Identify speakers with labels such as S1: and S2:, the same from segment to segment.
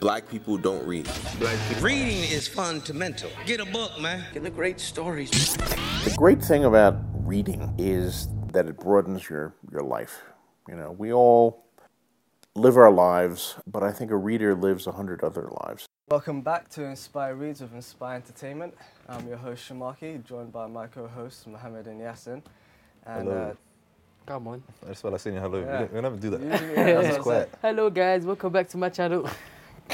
S1: Black people don't read.
S2: Reading is fundamental. Get a book, man. Get the great stories.
S3: The great thing about reading is that it broadens your, your life. You know, we all live our lives, but I think a reader lives a hundred other lives.
S4: Welcome back to Inspire Reads with Inspire Entertainment. I'm your host Shamaki, joined by my co-host Mohammed and Yassin. And
S5: Hello.
S4: uh,
S6: Come on.
S5: That's why I saying hello.
S4: Yeah.
S5: We, don't, we never do that.
S4: Usually,
S5: That's
S4: yeah,
S5: just quiet.
S6: Hello, guys. Welcome back to my channel.
S4: uh,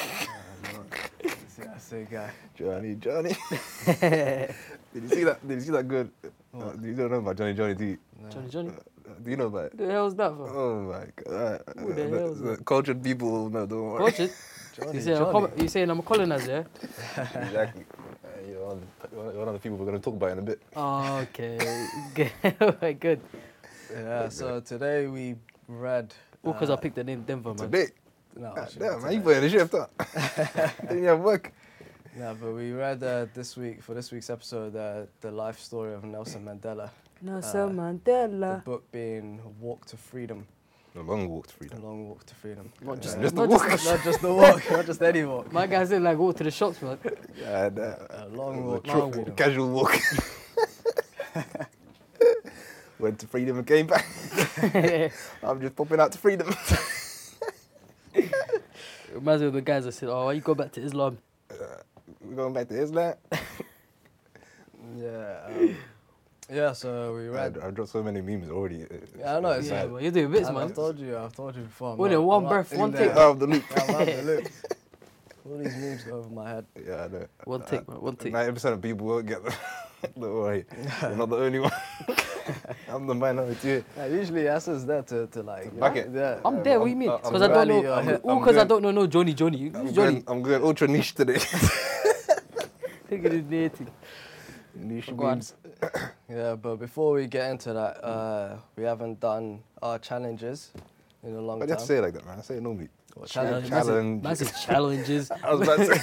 S4: see, I see a guy.
S5: Johnny, Johnny. did you see that? Did you see that good? Uh, you don't know about Johnny, Johnny, do you?
S6: Johnny, Johnny.
S5: Uh, Do you know about it?
S6: The hell's that for?
S5: Oh my god.
S6: Who the hell's
S5: Uh, cultured people will know, don't worry.
S6: Watch it. You saying, I'm a col- you saying I'm a colonizer? yeah?
S5: exactly. Uh, you're, one of the, you're one of the people we're going to talk about in a bit.
S6: Okay. Good. Oh, Good.
S4: Yeah. So today we read.
S6: All because I picked the name Denver, man.
S5: Today.
S4: No,
S5: God
S4: actually not
S5: damn, man, you
S4: today.
S5: put in a shift, huh? Didn't you have work?
S4: No, but we read uh, this week for this week's episode uh, the life story of Nelson Mandela.
S6: Nelson
S4: The
S6: Mandela.
S4: book being Walk to Freedom,
S5: A long walk to
S4: a
S5: freedom.
S4: long walk to freedom. Uh,
S6: Not just,
S5: Just
S6: not
S5: the
S6: just-
S4: not just the walk, not just any walk.
S6: my guys didn't like walk to the shops, man.
S5: Yeah, and, uh,
S4: A long
S5: it was
S4: walk.
S5: short
S4: to
S5: walk,
S4: freedom.
S5: Casual walk. Went to freedom and came back. I'm just popping out to freedom.
S6: Reminds me of the guys that said, "Oh, why you go back to Islam?"
S5: We're going back to Islam.
S4: Yeah. um, yeah. So we read.
S5: I've dropped so many memes already.
S4: Yeah, I know, it's
S6: Yeah,
S4: like-
S6: man, you're doing bits,
S4: I've,
S6: man.
S4: I've told you. I've told you before. I'm
S6: All
S4: not-
S6: in one
S4: I'm not
S6: breath,
S4: in
S6: one
S4: there.
S6: take.
S5: Out of the loop.
S4: I'm out the loop. All these memes go over my head.
S5: Yeah, I know.
S6: One take, man. One take.
S5: Ninety percent of people won't get them. Don't worry, you're not the only one. I'm the minority. here.
S4: Yeah, usually Yasser's there to, to like.
S5: Back
S4: yeah,
S5: it.
S4: Yeah.
S6: I'm there. What do you mean?
S5: I'm- I'm
S6: Because I don't
S4: really,
S6: know.
S4: uh,
S6: I'm-
S4: I'm
S6: All because I
S5: going-
S6: don't know no Johnny, Johnny. You- Johnny.
S5: I'm going, I'm going ultra niche today.
S6: Take it in the
S5: niche
S6: Go on.
S5: memes.
S4: Yeah, but before we get into that, uh, we haven't done our challenges in a long
S5: But you
S4: time.
S5: have to say it like that, man. I say it normally.
S4: What
S6: Challenge.
S4: challenge?
S5: Challenge.
S6: Massive challenges.
S5: I was about to,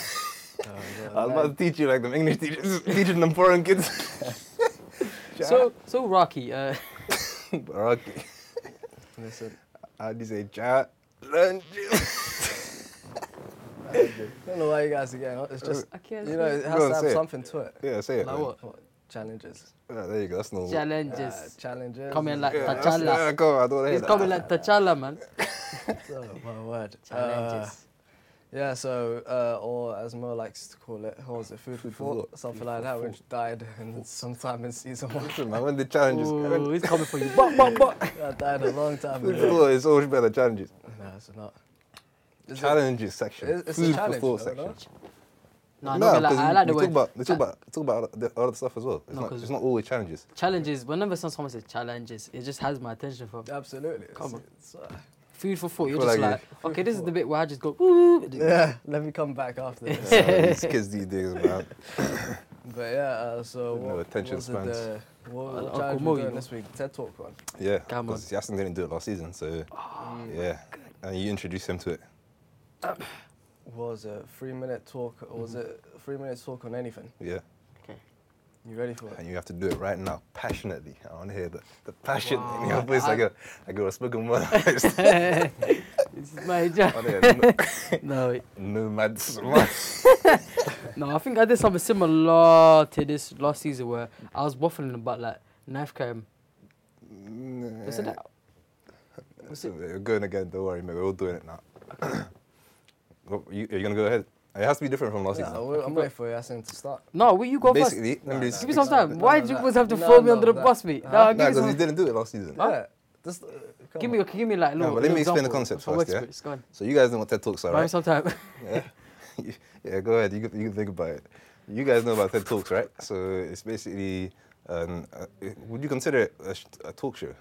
S4: Oh,
S5: I was about to teach you like them English teachers, teaching them foreign kids.
S6: So, so Rocky, uh,
S5: Rocky,
S4: Listen,
S5: how do you say challenge?
S4: I don't know why you guys are getting. It's just
S6: I can't
S4: you know it
S5: Go
S4: has
S5: on,
S4: to
S5: say
S4: have
S5: it.
S4: something to it.
S5: Yeah, say it.
S6: like
S5: man.
S6: what?
S4: What challenges?
S5: Yeah, there you go. That's normal.
S4: Uh,
S6: Challenges.
S4: challenges.
S6: coming like
S5: Yeah, that's, yeah,
S6: T'Challa.
S5: go on, I don't wanna hear
S6: He's
S5: that.
S6: coming like T'Challa, man.
S4: Oh, my word. Uh,
S6: Challenges.
S4: Yeah, so, uh, or as Mo likes to call it, what was it, food, for thought?
S5: thought.
S4: Something
S5: Food
S4: like
S5: for
S4: that, which died in sometime in season one.
S5: Listen, man, when the challenges,
S6: Ooh,
S5: when
S6: he's coming for you. Bop, bop, bop.
S4: that died a long time
S5: food
S4: ago.
S5: for thought is always better challenges.
S4: No, it's not. Is it-
S5: Challenges section.
S4: It's- it's a
S5: food
S4: challenge,
S5: for thought
S4: though, no?
S5: section.
S6: Nah, no, like, I like the
S5: we
S6: word.
S5: talk about we talk about we talk about other- the other stuff as well. It's,
S6: No,
S5: not,
S6: 'cause-
S5: it's not always challenges.
S6: Challenges. Whenever some- someone says challenges, it just has my attention for
S4: Absolutely. it's-
S6: Come on.
S4: it's, uh,
S6: food for thought. You're
S5: Feel
S6: just
S5: like
S6: like,
S5: it.
S6: okay, this is the bit where I just go. Ooh.
S4: yeah, let me come back after this.
S5: These kids these days, man.
S4: but yeah, uh, so
S5: No
S4: what,
S5: attention
S4: was it
S5: spans.
S4: the- what,
S6: Uncle
S4: what challenge
S6: Mo,
S4: we
S6: you
S4: doing
S6: know.
S4: this week? TED Talk one.
S5: Yeah,
S6: Come on. Oh,
S5: because Yasin didn't do it last season, so yeah, and you introduced him to it.
S4: Was a three minute talk, or
S6: Mm-hmm.
S4: was it three minutes talk on anything?
S5: Yeah,
S6: Okay.
S4: You ready for it?
S5: and you have to do it right now, passionately. I want to hear the, the passion in
S6: Wow.
S5: your voice.
S6: I-
S5: I go, I go, spoken word. artist."
S6: This
S5: I
S6: is my job.
S5: wanna hear no-
S6: No, it-
S5: Nomads.
S6: no. I think I did something similar to this last season where I was waffling about like knife crime. Was it that?
S5: So You're going again. Don't worry, mate. We're all doing it now. What, you, are you gonna go ahead? It has to be different from last
S4: Yeah,
S5: season.
S4: I- I'm ready for Yasin to start.
S6: No, will you go first?
S5: Basically, let me
S4: No,
S5: just
S4: no,
S6: Give me
S5: explain.
S6: some time.
S4: No, no,
S6: Why do you
S4: no.
S6: always have to
S4: No,
S6: throw me
S4: no,
S6: under the
S4: that-
S6: bus, mate? Nah,
S4: Huh?
S6: give
S5: No,
S6: me
S5: because he
S6: some.
S5: didn't do it last season.
S4: Yeah, just, uh, come
S6: Give
S4: on.
S6: me, give me like,
S5: No,
S6: little,
S5: but let me
S6: little
S5: explain the
S6: example
S5: concept
S6: from
S5: first, yeah?
S6: Wordscripts. Go on.
S5: So you guys know what TED Talks are,
S6: Buy me
S5: right?
S6: some time.
S5: Yeah. yeah, go ahead. You can, you can think about it. You guys know about TED Talks, right? So it's basically, um, uh, it- would you consider it a, sh- a talk show?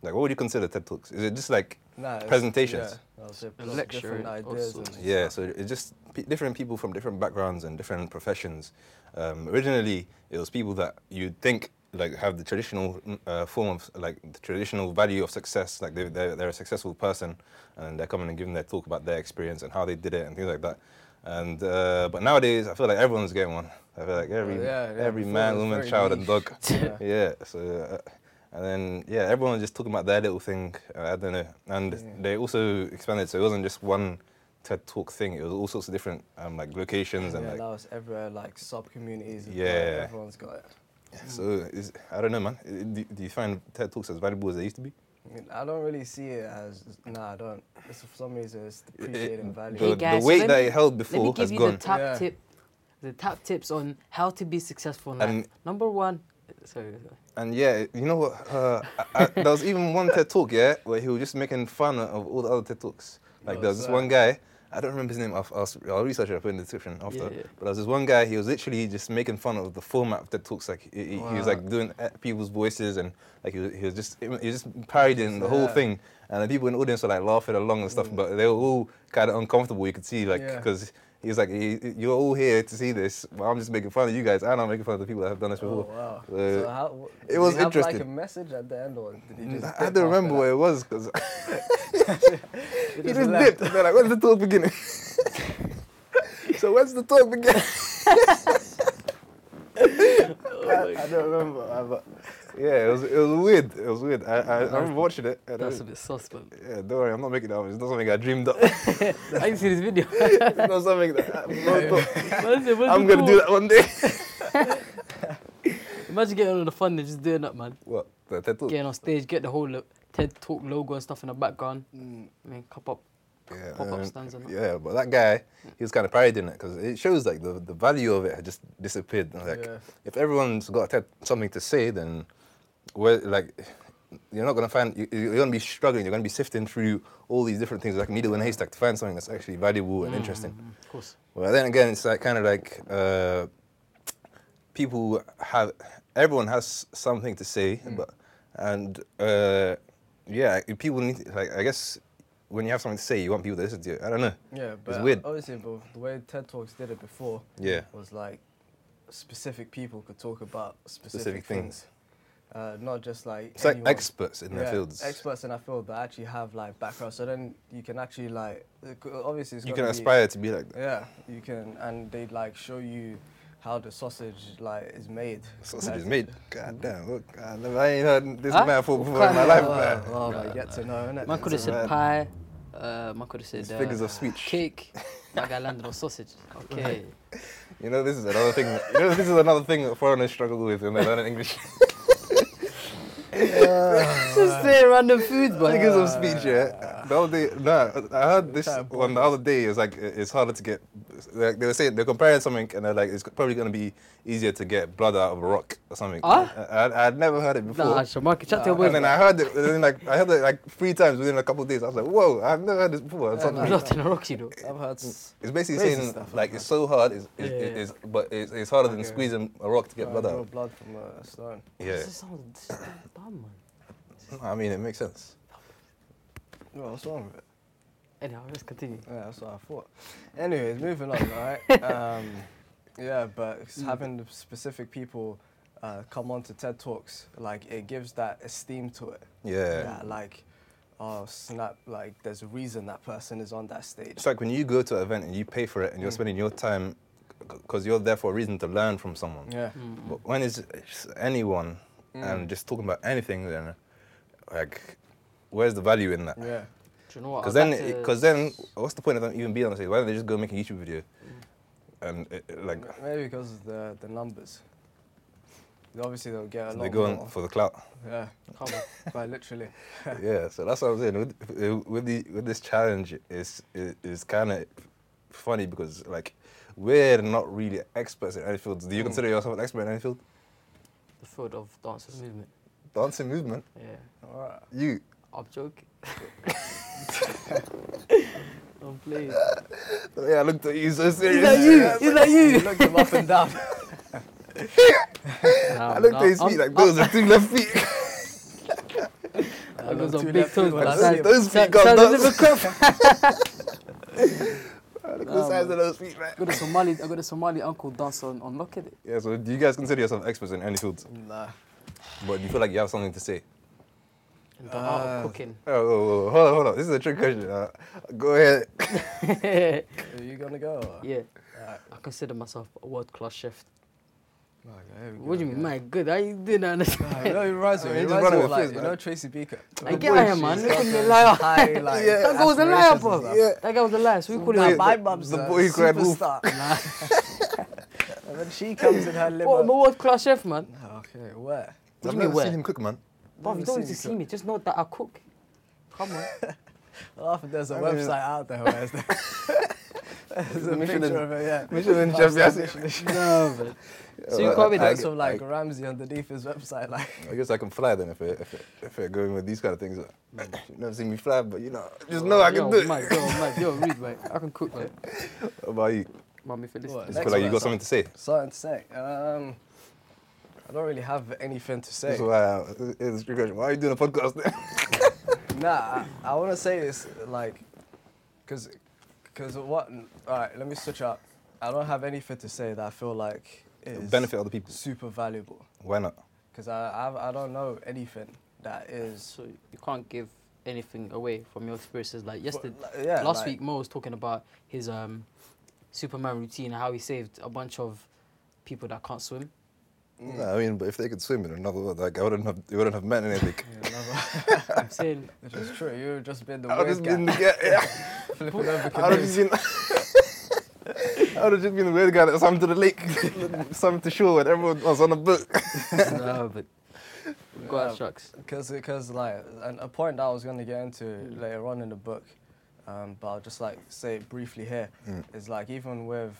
S5: Like, what would you consider TED Talks? Is it just like
S4: Nah, it's-
S5: presentations?
S4: Yeah, I'll say
S6: A
S4: lots of
S6: lecture
S4: different
S6: or
S4: ideas.
S6: sort.
S4: and-
S5: Yeah, so it's just p- different people from different backgrounds and different professions. Um, originally, it was people that you'd think like have the traditional mm, uh, form of like the traditional value of success, like they, they're, they're a successful person, and they're coming and giving their talk about their experience and how they did it and things like that. And uh, but nowadays, I feel like everyone's getting one. I feel like every
S4: Oh, yeah, yeah,
S5: every
S4: before
S5: man,
S4: it was
S5: woman,
S4: very
S5: child, and
S4: niche.
S5: dog.
S4: Yeah.
S5: yeah. So. Uh, and then yeah, everyone was just talking about their little thing. Uh, I don't know, and they also expanded, so it wasn't just one TED Talk thing. It was all sorts of different um, like locations and
S4: yeah,
S5: like
S4: that was everywhere, like sub communities.
S5: Yeah.
S4: everyone's got it.
S5: so. Is, I don't know, man. I- Do, do you find TED Talks as valuable as they used to be?
S4: I, mean, I don't really see it as nah. I don't. It's, for some reason, it's
S5: It-
S4: depreciating value.
S5: the,
S6: Hey, guys,
S5: the
S6: so
S5: weight
S6: let
S5: that
S6: me-
S5: it held
S6: Let me
S5: before
S6: give
S5: has
S6: you
S5: gone.
S6: the top
S4: Yeah.
S6: tip, the top tips on how to be successful in life.
S5: And-
S6: Number one, sorry, sorry.
S5: And yeah, you know what? Uh, I, I, there was even one TED talk, yeah, where he was just making fun of all the other TED talks. Like there was this
S4: What's
S5: one guy. I don't remember his name. I'll, I'll, I'll research it. I'll put it in the description after.
S6: Yeah, yeah.
S5: But there was this one guy. He was literally just making fun of the format of TED talks. Like he, he- he was like doing uh, people's voices and like he was, he was just he was just parodying the whole
S4: Yeah.
S5: thing. And the people in the audience were like laughing along and stuff. But they were all kind of uncomfortable. You could see like
S4: Mm. Yeah.
S5: because. He was like, "You- "You're all here to see this, but I'm just making fun of you guys, and I'm making fun of the people that have done this
S4: Oh
S5: before."
S4: wow!
S5: Uh,
S4: so how, w-
S5: it
S4: did
S5: was
S4: he have, Like a
S5: interesting.
S4: message at the end, or did he just?
S5: I don't remember what it was because
S4: He
S5: he just dipped. They're like, when's the talk beginning? so when's the talk beginning? I, I don't remember. I, but yeah, it was it was weird. It was weird. I I, I remember watching it. And
S6: that's
S5: I-
S6: a bit suspect.
S5: yeah, don't worry, I'm not making that up. It's not something I dreamed up.
S6: I didn't see this video.
S5: it's not something that I wrote up.
S6: What's it- what's
S5: I'm
S6: it
S5: gonna do
S6: called?
S5: that one day.
S6: Imagine getting on the fun and just doing that, man.
S5: What? The TED talk?
S6: Getting on stage, get the whole lo- TED Talk logo and stuff in the background. I mean, cup up.
S5: Yeah,
S6: pop-up
S5: um,
S6: stands and that.
S5: yeah, but that guy, he was kind of parodying it because it shows like the, the value of it had just disappeared. And, Like,
S4: Yeah.
S5: if everyone's got te- something to say, then where like you're not gonna find you, you're gonna be struggling. You're gonna be sifting through all these different things like needle in a haystack to find something that's actually valuable
S6: Mm.
S5: and interesting.
S6: Of course.
S5: Well, then again, it's like kind of like uh, people have everyone has something to say,
S4: Mm.
S5: but and uh, yeah, people need like I guess when you have something to say, you want people to listen to you. I don't know.
S4: Yeah, but
S5: it's weird.
S4: obviously, but the way TED Talks did it before
S5: Yeah.
S4: was like specific people could talk about specific,
S5: Specific things.
S4: things. Uh, not just like
S5: It's like
S4: anyone.
S5: experts in their
S4: Yeah,
S5: fields.
S4: Experts in our field that actually have like background, so then you can actually like it c- obviously it's
S5: You
S4: gotta be-
S5: can aspire to be like that.
S4: Yeah, you can, and they like show you how the sausage like is made.
S5: Sausage
S4: compared
S5: is
S4: to-
S5: made. God damn, look, I never- I ain't heard this
S6: Huh?
S5: metaphor before in my
S6: Wow.
S5: life,
S4: Well,
S5: man.
S4: well, Oh, like, yet to know, innit?
S6: Man could have
S5: a
S6: said
S5: man.
S6: pie. Uh, man could have said
S5: It's
S6: uh,
S5: figures of speech.
S6: Cake. That guy landed on sausage. Okay.
S5: You know, this is another thing. You know, this is another thing that foreigners struggle with when they learn English. Uh,
S6: just saying random foods, but
S5: Figures of speech, yeah. The other day, no, I heard this
S4: Type of
S5: one the other day. It's like it's harder to get. Like they were saying, they're comparing something, and they're like, it's probably gonna be easier to get blood out of a rock or something.
S6: Huh?
S5: I, I, I'd never heard it before.
S6: Nah, Shamaki, chat to your boys.
S5: uh, and then I heard it, and then like I heard it like three times within a couple of days. I was like, "Whoa, I've never heard this before." It's
S4: Yeah,
S5: something-
S4: man.
S6: Blood in a rock, you know.
S4: I've heard s-
S5: It's basically
S4: Crazy
S5: saying
S4: stuff,
S5: like it's so hard, it's, it's,
S6: Yeah, yeah,
S5: it's but it's, it's harder than
S4: Okay.
S5: squeezing a rock to get
S4: uh,
S5: blood
S4: draw
S5: out.
S4: blood from a stone.
S5: Yeah,
S6: This sounds this sounds dumb, man.
S5: I mean it makes sense.
S4: Well, what's wrong with it?
S6: Anyhow, let's continue.
S4: Yeah, that's what I thought. Anyways, moving on, right? Um, yeah, but it's having the specific people uh, come on to TED Talks, like it gives that esteem to it.
S5: Yeah.
S4: That, like, oh snap! Like there's a reason that person is on that stage.
S5: It's like when you go to an event and you pay for it and you're
S4: Mm.
S5: spending your time because you're there for a reason to learn from someone.
S4: Yeah. Mm.
S5: But when it's just anyone and just talking about anything, then like, where's the value in
S6: Mm.
S5: that?
S4: Yeah.
S6: Do you know what?
S5: Because
S6: I'd
S5: then,
S6: like to-
S5: because then, what's the point of them even being on the stage? Why don't they just go make a YouTube video?
S4: Mm.
S5: And it, it, like,
S4: M- Maybe because of the the numbers. Obviously they'll get a lot.
S5: they go on
S4: more.
S5: for the clout.
S4: Yeah.
S6: Come on.
S4: But literally.
S5: yeah, so that's what I'm saying. With uh, with, the, with this challenge, it's it, it's kind of funny because like we're not really experts in any field.
S4: Mm.
S5: Do you consider yourself an expert in any field?
S6: the field of dance and movement.
S5: Dancing movement,
S6: Yeah.
S4: Alright.
S5: you.
S6: I'm joking. I'm playing.
S5: The way I looked at you so
S6: Is
S5: serious.
S6: that you? Is that
S4: You
S6: you?
S4: looked them up and down.
S5: I looked at his feet like those are two left feet.
S4: I
S6: Those
S4: looked
S6: are
S4: two
S6: big
S4: left feet
S6: toes,
S4: when
S6: but
S4: I
S6: I
S4: see
S6: said-
S4: them.
S5: those
S6: Sa-
S5: feet got
S6: sounds a
S5: nuts.
S6: little crap.
S5: I look the size of those feet, man.
S6: I got a Somali. I got a Somali uncle dance on on lock it.
S5: Yeah. So do you guys consider yourself experts in any field?
S4: Nah.
S5: But you feel like you have something to say.
S6: And the art of cooking.
S5: Oh, oh, oh, hold on, hold on. This is a trick question. Uh, go ahead.
S6: yeah.
S4: Are you gonna go? or-
S6: I consider myself a world class chef. What do you mean? My good, I didn't understand.
S4: You know, it reminds me.
S5: I mean,
S4: It
S5: just
S4: reminds
S5: run
S4: me
S5: with
S4: of like,
S5: fizz,
S4: you
S5: man.
S4: know, Tracy Beaker.
S6: I get him, man. Look at me, liar.
S4: high, like,
S6: That guy was a liar,
S4: aspirations
S6: bro.
S4: and stuff.
S6: That guy was a liar. So we call
S4: Now
S6: him.
S4: my mum's
S5: the
S4: a
S5: boy who cried wolf.
S4: uh, superstar. Nah. and then she comes in her limo.
S6: What, my world class chef, man.
S4: Okay, where?
S6: What
S5: I've
S6: do you mean
S5: never
S6: where?
S5: seen him cook, man.
S6: Bro, you
S4: Never
S6: don't
S4: seen
S6: need to
S4: you
S6: see
S4: cook.
S6: me. Just know that I cook. Come on.
S4: Laugh if there's a
S5: mean-
S4: website out there where it's the, there's a
S5: Michelin-
S4: picture of it, yeah.
S5: Michelin
S4: Five
S5: chef,
S4: star
S5: yes.
S4: Michelin.
S6: no, man. So you
S5: well,
S6: can't be
S5: I-
S6: that.
S5: I-
S6: so-
S4: So like Ramsey underneath his website, like
S5: I guess I can fly then if it, if it, if it going with these kind of things. You've never seen me fly, but you know, just know I
S6: yo,
S5: can do it.
S6: Mike, yo, Mike, yo, read, mate. I can cook, mate.
S5: What about you?
S6: Mummy for this.
S4: What?
S5: It's
S4: Next
S5: cool, like
S4: one,
S5: you got something to say.
S4: something to say. Um, I don't really have anything to say.
S5: That's why I- it's a good question. Why are you doing a podcast then?
S4: Nah, I, I want to say this like, cause, cause what? All right, let me switch up. I don't have anything to say that I feel like is
S5: Benefit other people.
S4: super valuable.
S5: Why not?
S4: Cause I, I I don't know anything that is.
S6: So you can't give anything away from your experiences. Like yesterday,
S4: like, yeah,
S6: last week,
S4: like-
S6: Mo was talking about his um, Superman routine and how he saved a bunch of people that can't swim.
S5: No, I mean, but if they could swim in another world, like I wouldn't have, they wouldn't have meant anything.
S6: I'm saying,
S4: Which is true. You've just been the
S5: I would
S4: weird
S5: have
S4: guy.
S5: been the guy. Yeah.
S4: flipping over
S5: I would
S4: canoes.
S5: have just been. I would have just been the weird guy that swam to the lake, swam to shore when everyone was on a boat.
S6: no, Oh, but Oh. go out,
S4: Yeah.
S6: shucks.
S4: Because, because like, and a point that I was going to get into
S5: Mm.
S4: later on in the book, um, but I'll just like say it briefly here, is
S5: Mm.
S4: like even with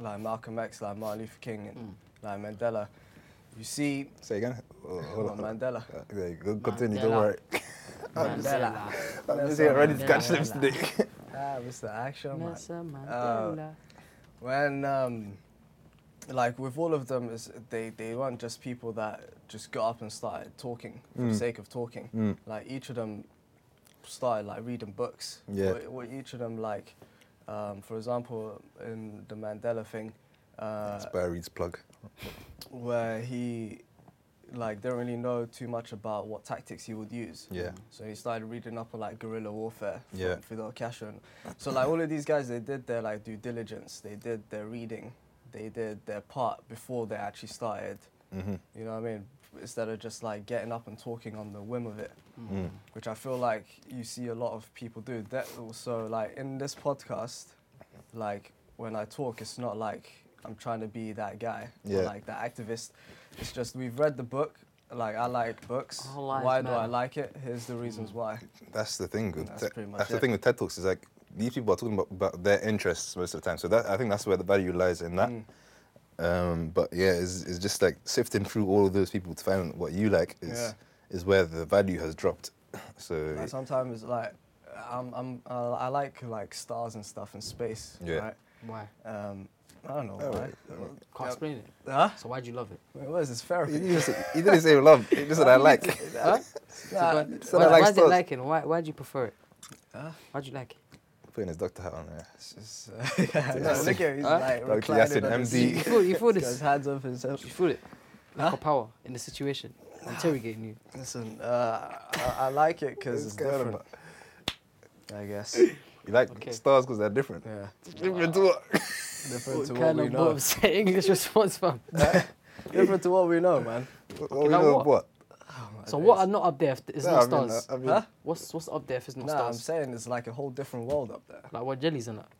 S4: like Malcolm X, like Martin Luther King, and like Mandela, you see
S5: Say again. Oh, hold
S4: well,
S5: on.
S4: Mandela.
S5: Uh, there you go. Continue. Don't
S6: Mandela.
S5: worry.
S4: Mandela.
S6: Mandela.
S5: I'm just
S4: Nelson
S5: here ready to catch
S6: Mandela.
S5: lips today.
S4: Ah, Mr. Action Man.
S6: Nelson Mandela.
S4: When um, like with all of them, is they they weren't just people that just got up and started talking for the sake of talking. Like each of them started like reading books.
S5: Yeah.
S4: What, what each of them like, um, for example, in the Mandela thing, uh,
S5: Spare Reed's plug.
S4: where he like didn't really know too much about what tactics he would use.
S5: Yeah.
S4: So he started reading up on like guerrilla warfare from
S5: Yeah.
S4: Fidel Castro. and- So like all of these guys, they did their like due diligence. They did their reading. They did their part before they actually started.
S5: Mm-hmm.
S4: You know what I mean? Instead of just like getting up and talking on the whim of it,
S5: Mm.
S4: which I feel like you see a lot of people do. That also like in this podcast, like when I talk, it's not like I'm trying to be that guy or
S5: Yeah.
S4: like that activist. It's just we've read the book. Like I like books.
S6: All lives
S4: why do I
S6: matter.
S4: like it? Here's the
S5: Mm.
S4: reasons why.
S5: That's the thing. With
S4: That's
S5: Ted-
S4: pretty much
S5: that's the
S4: it.
S5: thing with TED Talks is like these people are talking about, about their interests most of the time. So that I think that's where the value lies in that.
S4: Mm.
S5: Um, but yeah, it's, it's just like sifting through all of those people to find what you like is
S4: Yeah.
S5: is where the value has dropped. So
S4: Like sometimes like I'm I'm I, I like like stars and stuff and space.
S5: Yeah. Oh,
S6: Why?
S4: Right? Um, I don't know why.
S6: Can't explain it.
S4: Huh?
S6: So why do you love it?
S4: Wait, what is this therapy?
S5: he didn't say, he didn't say love. He just said I like.
S6: Huh?
S4: Nah,
S6: why,
S5: so
S6: why,
S5: I like
S6: why is it
S5: stars.
S6: like it? Why, why do you prefer it?
S4: Huh?
S6: Why do you like it?
S5: Putting his doctor hat on. Yeah.
S4: it's just, uh, yeah, no, look at him, he's
S6: Huh?
S4: like
S5: Dr.
S4: reclining
S5: Yasin,
S4: on his
S5: MD.
S6: You
S4: seat.
S6: feel, you feel
S4: He's got his
S6: this.
S4: hands up himself.
S6: You feel it. Like a power in the situation, interrogating you.
S4: Listen, uh, I, I like it because
S5: This
S4: it's
S5: guy don't
S4: different. I guess.
S5: You like
S6: Okay.
S5: stars because they're different.
S4: Yeah.
S5: Different to what?
S4: Different to
S6: What
S4: what
S6: kind
S4: we
S6: of
S4: know.
S6: Bob's English response, fam?
S4: Different to what we know, man.
S5: what we
S6: like
S5: know
S6: what?
S5: what?
S6: So what are not up there? If it's
S5: No,
S6: not
S5: I mean, uh,
S6: stars.
S5: I- I mean-
S4: Huh?
S6: What's what's up there if it's not
S4: Nah, I'm
S6: stars?
S4: saying it's like a whole different world up there.
S6: Like what jellies and that?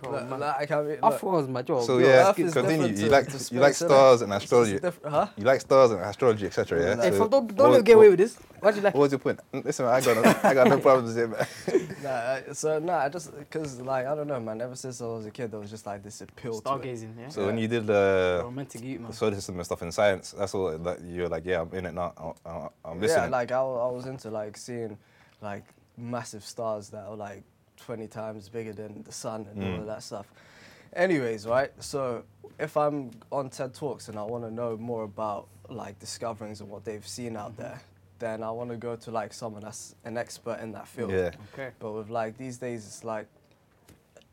S6: Oh,
S4: Look,
S6: man.
S4: look, I can't be-
S6: I
S4: look,
S6: thought it was my job.
S5: So
S4: Yo,
S5: yeah,
S4: Earth is
S5: continue.
S4: different
S5: You
S4: to-
S5: like
S4: to
S5: you
S4: space,
S5: like
S4: innit?
S5: stars and
S4: it's
S5: astrology.
S4: diff- huh?
S5: You like stars and astrology, etc.
S6: Hey,
S5: Yeah. So
S6: fam, don't
S5: what
S6: don't
S5: was-
S6: let get
S5: what-
S6: away with this. Why do you like?
S5: What was your point? Mm, Listen, I got no, I got no problems here, man.
S4: Nah, I- so nah, I just because like I don't know, man. Ever since I was a kid, there was just like this appeal to it.
S6: Stargazing, yeah.
S5: So when you did uh, the
S6: romantic youth, man.
S5: solar system and stuff in science, that's all that you were like, yeah, I'm in it now. I- I- I'm
S4: Yeah,
S5: listening.
S4: like I, wa- I was into like seeing like massive stars that are like 20 times bigger than the sun and all of that stuff. Anyways, right? So if I'm on TED Talks and I want to know more about like discoverings and what they've seen out there, then I want to go to like someone that's an expert in that field.
S5: Yeah.
S6: Okay.
S4: But with like these days, it's like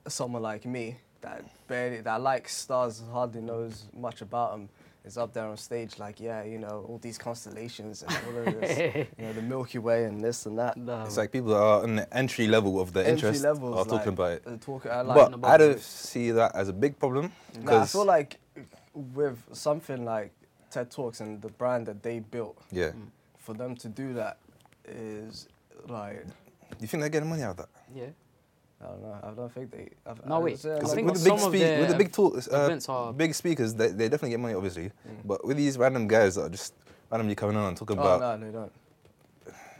S4: someone like me that barely that likes stars and hardly knows much about them is up there on stage like yeah you know all these constellations and all of this you know the Milky Way and this and that
S6: No.
S5: it's like people that are on the entry level of their
S4: entry
S5: interest
S4: levels
S5: are talking
S4: like,
S5: about it.
S4: uh, talk- I like
S5: But
S6: about
S5: I don't
S6: it.
S5: see that as a big problem
S4: Nah, I
S5: because
S4: feel like with something like TED Talks and the brand that they built,
S5: Yeah.
S6: Hmm.
S4: for them to do that is like
S5: Do you think they're getting money out of that?
S6: Yeah.
S4: I don't know. I don't think they. I've,
S6: No,
S4: I
S6: wait,
S4: would say I
S6: I
S5: Because
S4: don't
S6: think
S5: with
S4: know.
S5: the big
S6: some of
S5: speak, with the
S6: their
S5: big talks, uh,
S6: events are- Hmm.
S5: big speakers, they, they definitely get money, obviously. But with these random guys that are just randomly coming on and talking
S4: Oh
S5: about,
S4: no, they don't.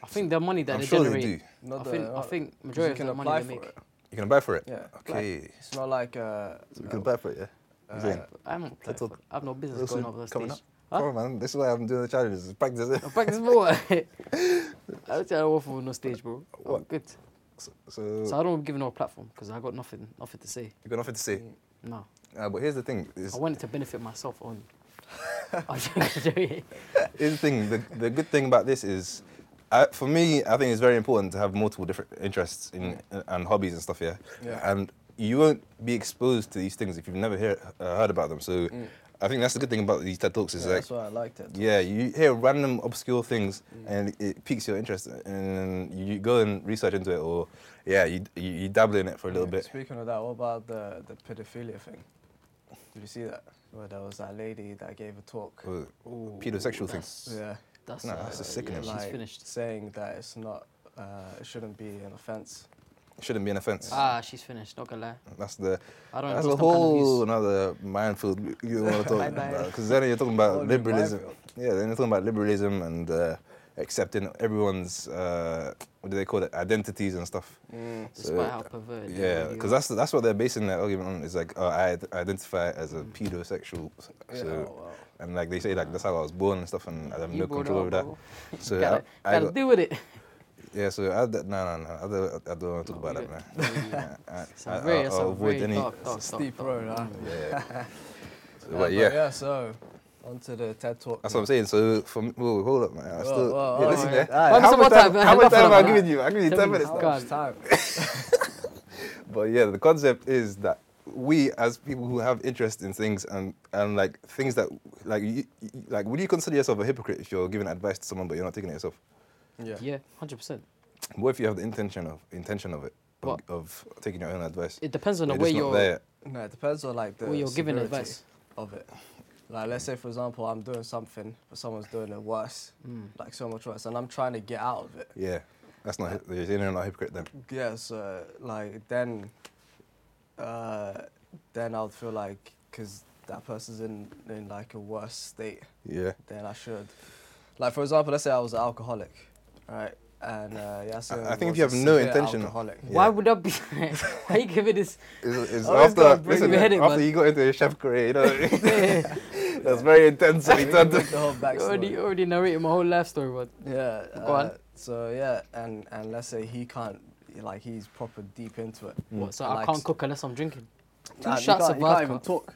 S6: I think the money that
S5: I'm
S6: they
S5: sure they
S6: generate.
S5: do. uh,
S4: Not
S6: I think
S4: the-
S6: I
S4: not-
S6: think
S4: 'cause you
S6: majority
S4: can
S6: of the
S4: apply
S6: money
S4: for
S6: they make.
S4: it.
S5: You can apply for it.
S4: Yeah.
S5: Okay.
S4: It's not like uh,
S5: So we can apply for it. Yeah.
S6: I'm- I'm not
S5: That's all-
S6: playing. I have no business
S5: Also
S6: going up that
S5: coming
S6: stage.
S5: up.
S6: Huh?
S5: Come on, man. This is why I'm doing the challenges. is Practice it.
S6: I'm practicing for what? I don't think I walk on no stage, bro. I'm
S5: What?
S6: good.
S5: So, so,
S6: So I don't give no platform because I got nothing, nothing to say.
S5: you got nothing to say.
S6: No,
S5: Uh, but here's the thing. Is,
S6: I want it to benefit myself only. I'm joking.
S5: here's the thing. The, the good thing about this is, I, for me, I think it's very important to have multiple different interests in, and hobbies and stuff. Yeah.
S4: Yeah.
S5: And you won't be exposed to these things if you've never hear, uh, heard about them. So I think that's the good thing about these TED talks is
S4: yeah,
S5: like
S4: that's why I liked it.
S5: Yeah, you hear random obscure things and it piques your interest, and you go and research into it, or yeah, you you, you dabble in it for a little
S4: Yeah,
S5: bit.
S4: Speaking of that, what about the the pedophilia thing? Did you see that? Where there was that lady that gave a talk.
S5: Or pedosexual things.
S4: Yeah.
S6: That's, uh,
S5: No, that's a sickening.
S6: Yeah, she's
S4: like
S6: finished.
S4: saying that it's not, uh, it shouldn't be an offence.
S5: Shouldn't be an offense.
S6: Ah, she's finished. Not gonna lie.
S5: That's the
S6: I don't. endorse
S5: that's a
S6: them kind of
S5: whole
S6: views.
S5: another minefield you don't want to talk
S6: Bye-bye.
S5: about because then you're talking about
S4: Only
S5: liberalism.
S4: minefield.
S5: Yeah, then you're talking about liberalism and uh, accepting everyone's uh, what do they call it identities and stuff.
S6: Mm. Despite how perverted. they
S5: Yeah,
S6: really
S5: because
S6: are.
S5: that's that's what they're basing their argument on. Is like, oh, I id- identify as a pedosexual, so,
S4: wow.
S5: and like they say, like that's how I was born and stuff, and I have
S6: You
S5: no
S6: brought it
S5: control
S6: up,
S5: over that.
S6: bro.
S5: So
S6: gotta,
S5: I, I
S6: gotta
S5: got-
S6: deal with it.
S5: yeah, so I, d- no, no, no, I don't, I don't want to talk about that, man. Yeah, I,
S6: It's
S5: I,
S6: a Oh, very,
S5: I'll-
S6: it's
S5: I'll
S6: a
S5: avoid
S6: very
S5: any.
S6: dark, dark,
S4: It's a
S6: dark,
S4: steep
S6: dark.
S4: road, huh?
S5: Yeah. So,
S4: Yeah,
S5: but yeah,
S4: yeah, so onto the TED talk.
S5: that's what I'm saying. So for me, whoa, hold up, man. I
S4: Whoa,
S5: still
S4: whoa,
S5: yeah,
S4: whoa,
S5: listen,
S4: wait.
S5: yeah.
S4: Alright,
S6: Find
S5: how
S6: some
S5: much
S6: more
S5: time?
S6: time,
S5: How
S6: man.
S5: much
S6: Enough
S5: time
S6: of
S5: am I
S6: that.
S5: giving you? I give you
S6: Tell
S5: ten
S6: me
S5: minutes.
S6: how
S5: now.
S6: much
S4: It's time.
S5: But yeah, the concept is that we, as people who have interest in things and, and like things that like you, you- like, would you consider yourself a hypocrite if you're giving advice to someone but you're not taking it yourself?
S4: Yeah.
S6: Yeah, hundred percent.
S5: What if you have the intention of intention of it of,
S6: What?
S5: of taking your own advice?
S6: It depends on the
S5: You're
S6: way
S5: just not
S6: you're.
S5: there.
S4: No, it depends on like the
S6: Well, you're giving
S4: severity
S6: advice.
S4: of it. Like, let's say for example, I'm doing something, but someone's doing it worse,
S6: Mm.
S4: like so much worse, and I'm trying to get out of it.
S5: Yeah, that's not hy- you're not a hypocrite then.
S4: Yeah, so uh, like then, uh, then I'll feel like because that person's in in like a worse state
S5: Yeah.
S4: than I should. Like for example, let's say I was an alcoholic, right? And uh, yeah, so
S5: I- I think if
S4: was
S5: you
S4: a
S5: have no
S4: severe
S5: intention-
S4: alcoholic.
S6: Why
S5: Yeah.
S6: would that be? Why you giving this?
S5: It's, it's
S6: I was
S5: after
S6: gonna Oh, bring
S5: listen,
S6: your headache,
S5: after
S6: man.
S5: you got into your chef career, you know, that's very intense.
S4: We
S5: and you
S4: can
S5: turned
S4: make
S5: to-
S4: the whole
S6: You already,
S4: backstory.
S6: you already narrated my whole life story, but
S4: Yeah.
S6: Go on.
S4: uh, So yeah, and and let's say he can't, like he's proper deep into it.
S5: Mm.
S6: what? So I
S4: Like,
S6: can't cook unless I'm drinking. Two
S4: Nah, you
S6: shots
S4: can't-
S6: of
S4: you can't
S6: vodka.
S4: even talk.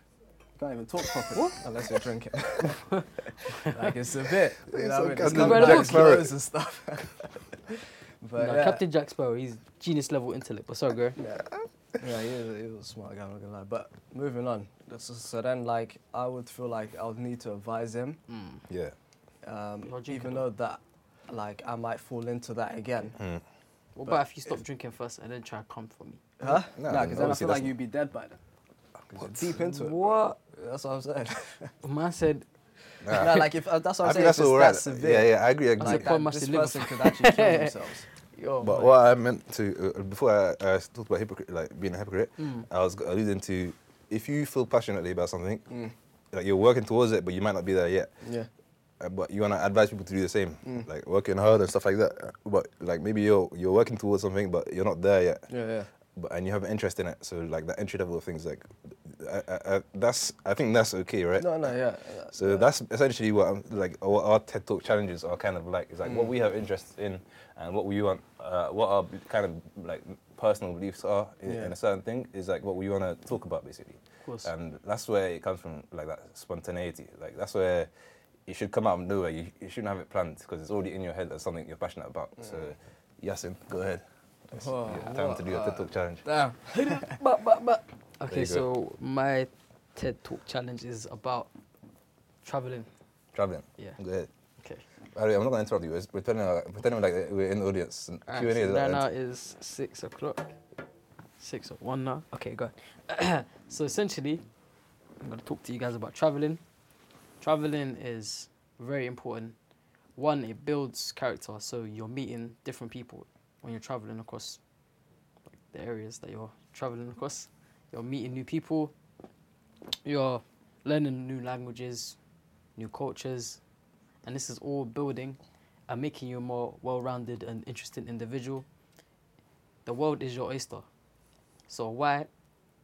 S4: You can't even talk properly unless you're drinking. like it's a bit. You know what I mean? It's
S5: sarcastic
S4: coming
S6: Jack
S4: out of
S5: Sparrow.
S4: clothes and stuff. but
S6: Nah,
S4: yeah,
S6: Captain Jack Sparrow, he's genius level intellect. But sorry, girl.
S4: yeah, yeah, he was, he was a smart guy. I'm not gonna lie. But moving on. So, so then, like, I would feel like I would need to advise him,
S5: yeah.
S4: um,
S6: Mm. Logic
S4: even
S6: and
S4: though that, like, I might fall into that again.
S5: Mm.
S6: What about if you stop drinking first and then try and come for me?
S4: Huh? No,
S5: No, no,
S4: because then I
S5: obviously
S4: feel like
S5: that's-
S4: you'd be dead by then. 'Cause You're deep into it.
S6: What?
S4: That's what I'm saying.
S6: Man said,
S5: Nah.
S4: no, like if uh, that's what I'm
S5: I
S4: saying.
S5: think that's
S4: if it's
S5: all right.
S4: that severe,
S5: Yeah, yeah, I agree. I agree.
S4: Like
S6: That's a point
S4: that,
S6: much
S4: this
S6: to live
S4: person could actually kill themselves.
S6: yo,
S5: But
S6: man.
S5: what I meant to uh, before I uh, talked about hypocrite, like being a hypocrite,
S6: Hmm.
S5: I was alluding to if you feel passionately about something,
S6: Hmm.
S5: like you're working towards it, but you might not be there yet.
S4: Yeah.
S5: Uh, but you wanna advise people to do the same,
S6: Hmm.
S5: like working hard and stuff like that. Uh, But like maybe you're you're working towards something, but you're not there yet.
S4: Yeah, yeah.
S5: But and you have an interest in it, so like the entry level of things, like I, I, I, that's I think that's okay, right?
S4: No, no, yeah. uh,
S5: So that's essentially what I'm, like what our TED Talk challenges are kind of like. It's like what
S4: Mm.
S5: we have interests in and what we want, uh, what our b- kind of like personal beliefs are in,
S4: Yeah.
S5: in a certain thing is like what we want to talk about basically.
S6: course.
S5: And that's where it comes from, like that spontaneity. Like that's where it should come out of nowhere. You, you shouldn't have it planned because it's already in your head as something you're passionate about. So, Yasin, go ahead. It's
S4: Oh,
S5: your time to do your TED Talk challenge.
S4: Damn.
S6: but, but, but.
S5: There you
S6: Okay,
S5: go.
S6: so my TED Talk challenge is about traveling.
S5: Traveling.
S6: Yeah.
S5: Go ahead.
S6: Okay.
S5: By the way, I'm not going to interrupt you. It's pretending, like, pretending like we're in the audience.
S6: Alright,
S5: Q&A
S6: so
S5: is at the
S6: right
S5: end.
S6: Ah, now is six o'clock. Six o one now. Okay, go. on. so essentially, I'm going to talk to you guys about traveling. Traveling is very important. One, it builds character, so you're meeting different people when you're traveling across like, the areas that you're traveling across. You're meeting new people. You're learning new languages, new cultures, and this is all building and making you a more well-rounded and interesting individual. The world is your oyster, so why?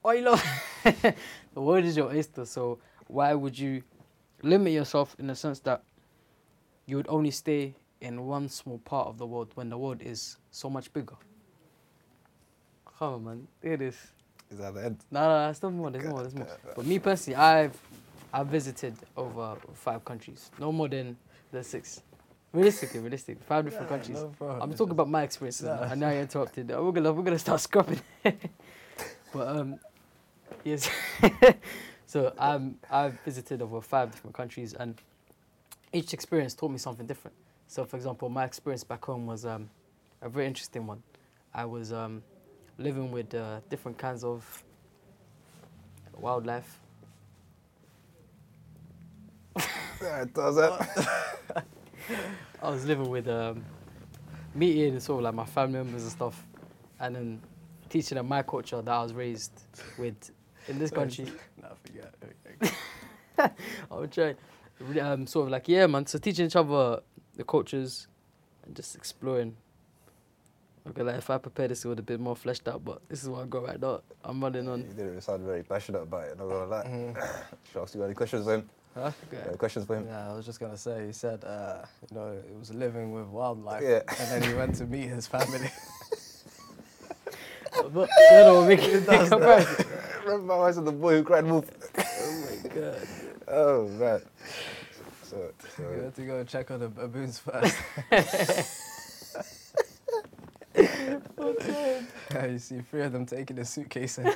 S6: Oh, you know, the world is your oyster. So why would you limit yourself in the sense that you would only stay in one small part of the world when the world is so much bigger? Come on, man, it is.
S5: Is that the end?
S6: No, no, no, still more. There's more. There's more. But me personally, I've I've visited over five countries. No more than the six. Realistically, realistic. Five different
S4: Yeah,
S6: countries.
S4: no problem.
S6: I'm talking about my experiences. now, and now you interrupted. We're gonna we're gonna start scrubbing. but um, yes. so I'm I've visited over five different countries, and each experience taught me something different. So, for example, my experience back home was um, a very interesting one. I was um, living with uh, different kinds of wildlife.
S5: Yeah, does that?
S6: I was living with um, meeting sort of like my family members and stuff, and then teaching them my culture that I was raised with in this country.
S4: Nah, forget. it.
S6: I would try, re- um, sort of like yeah, man. So teaching each other the cultures and just exploring. Okay, like if I prepared this, it would have been more fleshed out. But this is what I got right now. I'm running
S5: You
S6: on.
S5: didn't sound very passionate about it. Not gonna lie. Should I ask you any questions then?
S4: Huh?
S6: Okay.
S5: Any questions for him?
S4: Yeah, I was just gonna say. He said, uh, you know, it was living with wildlife,
S5: Yeah.
S4: and then he went to meet his family.
S6: But you know, we're making a comparison.
S5: Remember I said the boy who cried wolf.
S4: oh my god!
S5: Oh man. So,
S4: You
S5: so
S4: had to go check on the baboons first. Yeah, you see three of them taking a suitcase.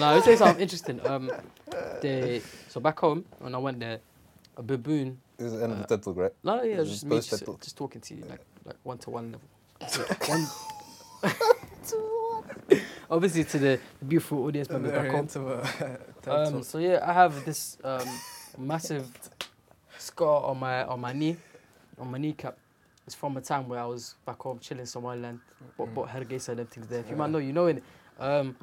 S6: Oh, no, I would say something interesting. Um, they so back home when I went there, a baboon.
S5: this is the end of the title, right?
S6: No, yeah,
S5: This
S6: just
S5: is
S6: me, just,
S5: post-settled.
S6: just talking to you like like one to one level. So, one. Obviously, to the beautiful audience members back
S4: they're
S6: home.
S4: into a TED
S6: Um,
S4: talk.
S6: so yeah, I have this um, massive scar on my on my knee, on my kneecap. It's from a time where I was back home chilling in Somaliland, but bought Hargeisa and them things there. If you might know, you know it. Um,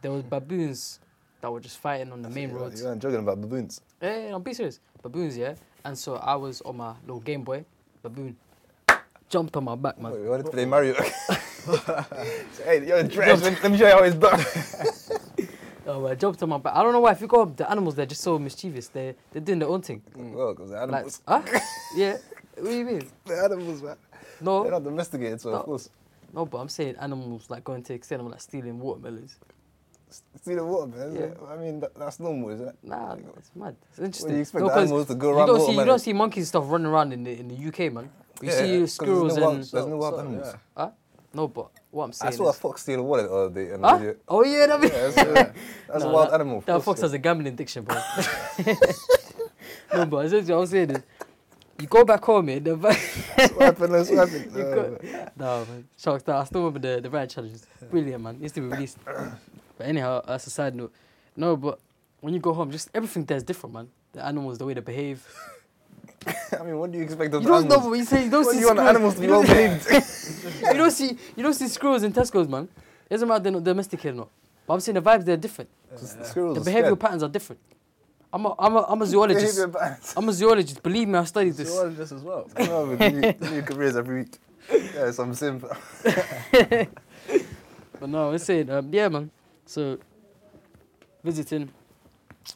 S6: there was baboons that were just fighting on the main
S5: You
S6: roads.
S5: You weren't joking about baboons.
S6: Yeah, yeah, Eh, I'm being serious. Baboons, yeah. And so I was on my little Game Boy, baboon, jumped on my back,
S5: Wait,
S6: man.
S5: we wanted to play Mario. hey, you're trash. Let, let me show you how it's done.
S6: Oh, I jumped on my back. I don't know why. If you go up, the animals they're just so mischievous. They they're doing their own thing.
S5: well, because the
S6: Like,
S5: animals,
S6: huh? yeah. What do you mean?
S5: the animals, man.
S6: No.
S5: They're not domesticated, so
S6: No.
S5: of course,
S6: No, but I'm saying animals like going to the extent of like stealing watermelons.
S5: see the water, man.
S6: Yeah.
S5: I mean, that, that's normal, isn't it?
S6: Nah, it's mad. It's interesting.
S5: expect
S6: No,
S5: the
S6: 'cause
S5: animals to go
S6: you
S5: around
S6: don't see you don't
S5: watermelons?
S6: see monkeys and stuff running around in the in the UK, man. You see
S5: Yeah, 'cause there's no
S6: squirrels
S5: wild-
S6: and
S5: there's no wild
S4: so,
S5: animals.
S4: yeah.
S6: huh? No, but what I'm
S5: I
S6: saying
S5: saw a
S6: is,
S5: fox steal a wallet the other day in the
S6: huh?
S5: video.
S6: Oh yeah, that be.
S5: Yeah, that's, uh, that's a
S6: Nah,
S5: wild
S6: that-
S5: animal. of
S6: That
S5: course,
S6: fox
S5: yeah.
S6: has a gambling addiction, bro. no, but essentially, what I'm saying is, you go back home, man. The vi-
S5: Swiping and swiping.
S6: you
S5: Uh,
S6: go- no, man. Sharks, that- I still remember the, the ride challenges. Brilliant, man. Needs to be released. But anyhow, that's a side note. No, but when you go home, just everything there's different, man. The animals, the way they behave.
S5: I mean, what do you expect of
S6: You
S5: the
S6: don't know,
S5: animals?
S6: but you say you don't
S5: What
S6: see
S5: do you want the
S6: squirrels-
S5: animals to be
S6: you don't-
S5: well behaved?
S6: you don't see you don't see squirrels in Tesco's, man. It doesn't matter they're not domesticated or not. But I'm saying the vibes they're different.
S5: Squirrels
S6: The
S5: are
S6: behavioral
S5: scared.
S6: patterns are different. I'm a, I'm a, I'm a zoologist.
S5: Behaviour patterns.
S6: I'm a zoologist. Believe me, I studied this.
S4: Zoologist as well.
S5: Oh, with new, new careers every week. Yeah, some simp.
S6: But no, it's it. Um, yeah, man. So visiting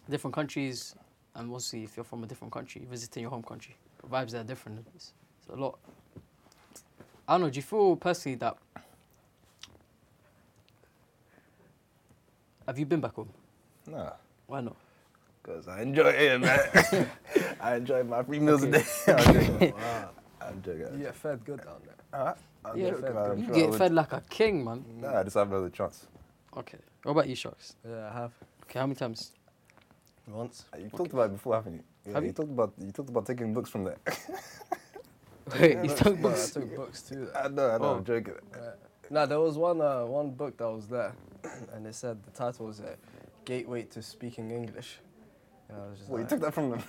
S6: different countries, and mostly if you're from a different country, visiting your home country, the vibes are different. It's, it's a lot. I don't know. Do you feel personally that? Have you been back home?
S5: Nah.
S6: Why not?
S5: Because I enjoy it, man. I enjoy my free meals a day. I'm joking. I'm joking.
S4: You get fed good down there.
S5: Huh? I'm
S6: Yeah,
S5: joking.
S4: fed
S5: I'm
S4: good.
S6: you
S5: sure I
S6: get
S5: would-
S6: fed like a king, man.
S5: Nah, I just have another chance.
S6: Okay. What about you, sharks?
S4: Yeah, I have
S6: Okay, how many times?
S4: once.
S5: You Uh, talked about it before, haven't you? Yeah,
S6: Have
S5: you?
S6: you?
S5: talked about you talked about taking books from there.
S6: Wait, he's talking
S4: No,
S6: about.
S4: I took books too. There.
S5: I know, I know.
S6: Oh.
S5: I'm joking.
S4: No, there was one uh, one book that was there, and it said the title was uh, gateway to speaking English. You know, I was just
S5: Well, you
S4: like-
S5: took that from them.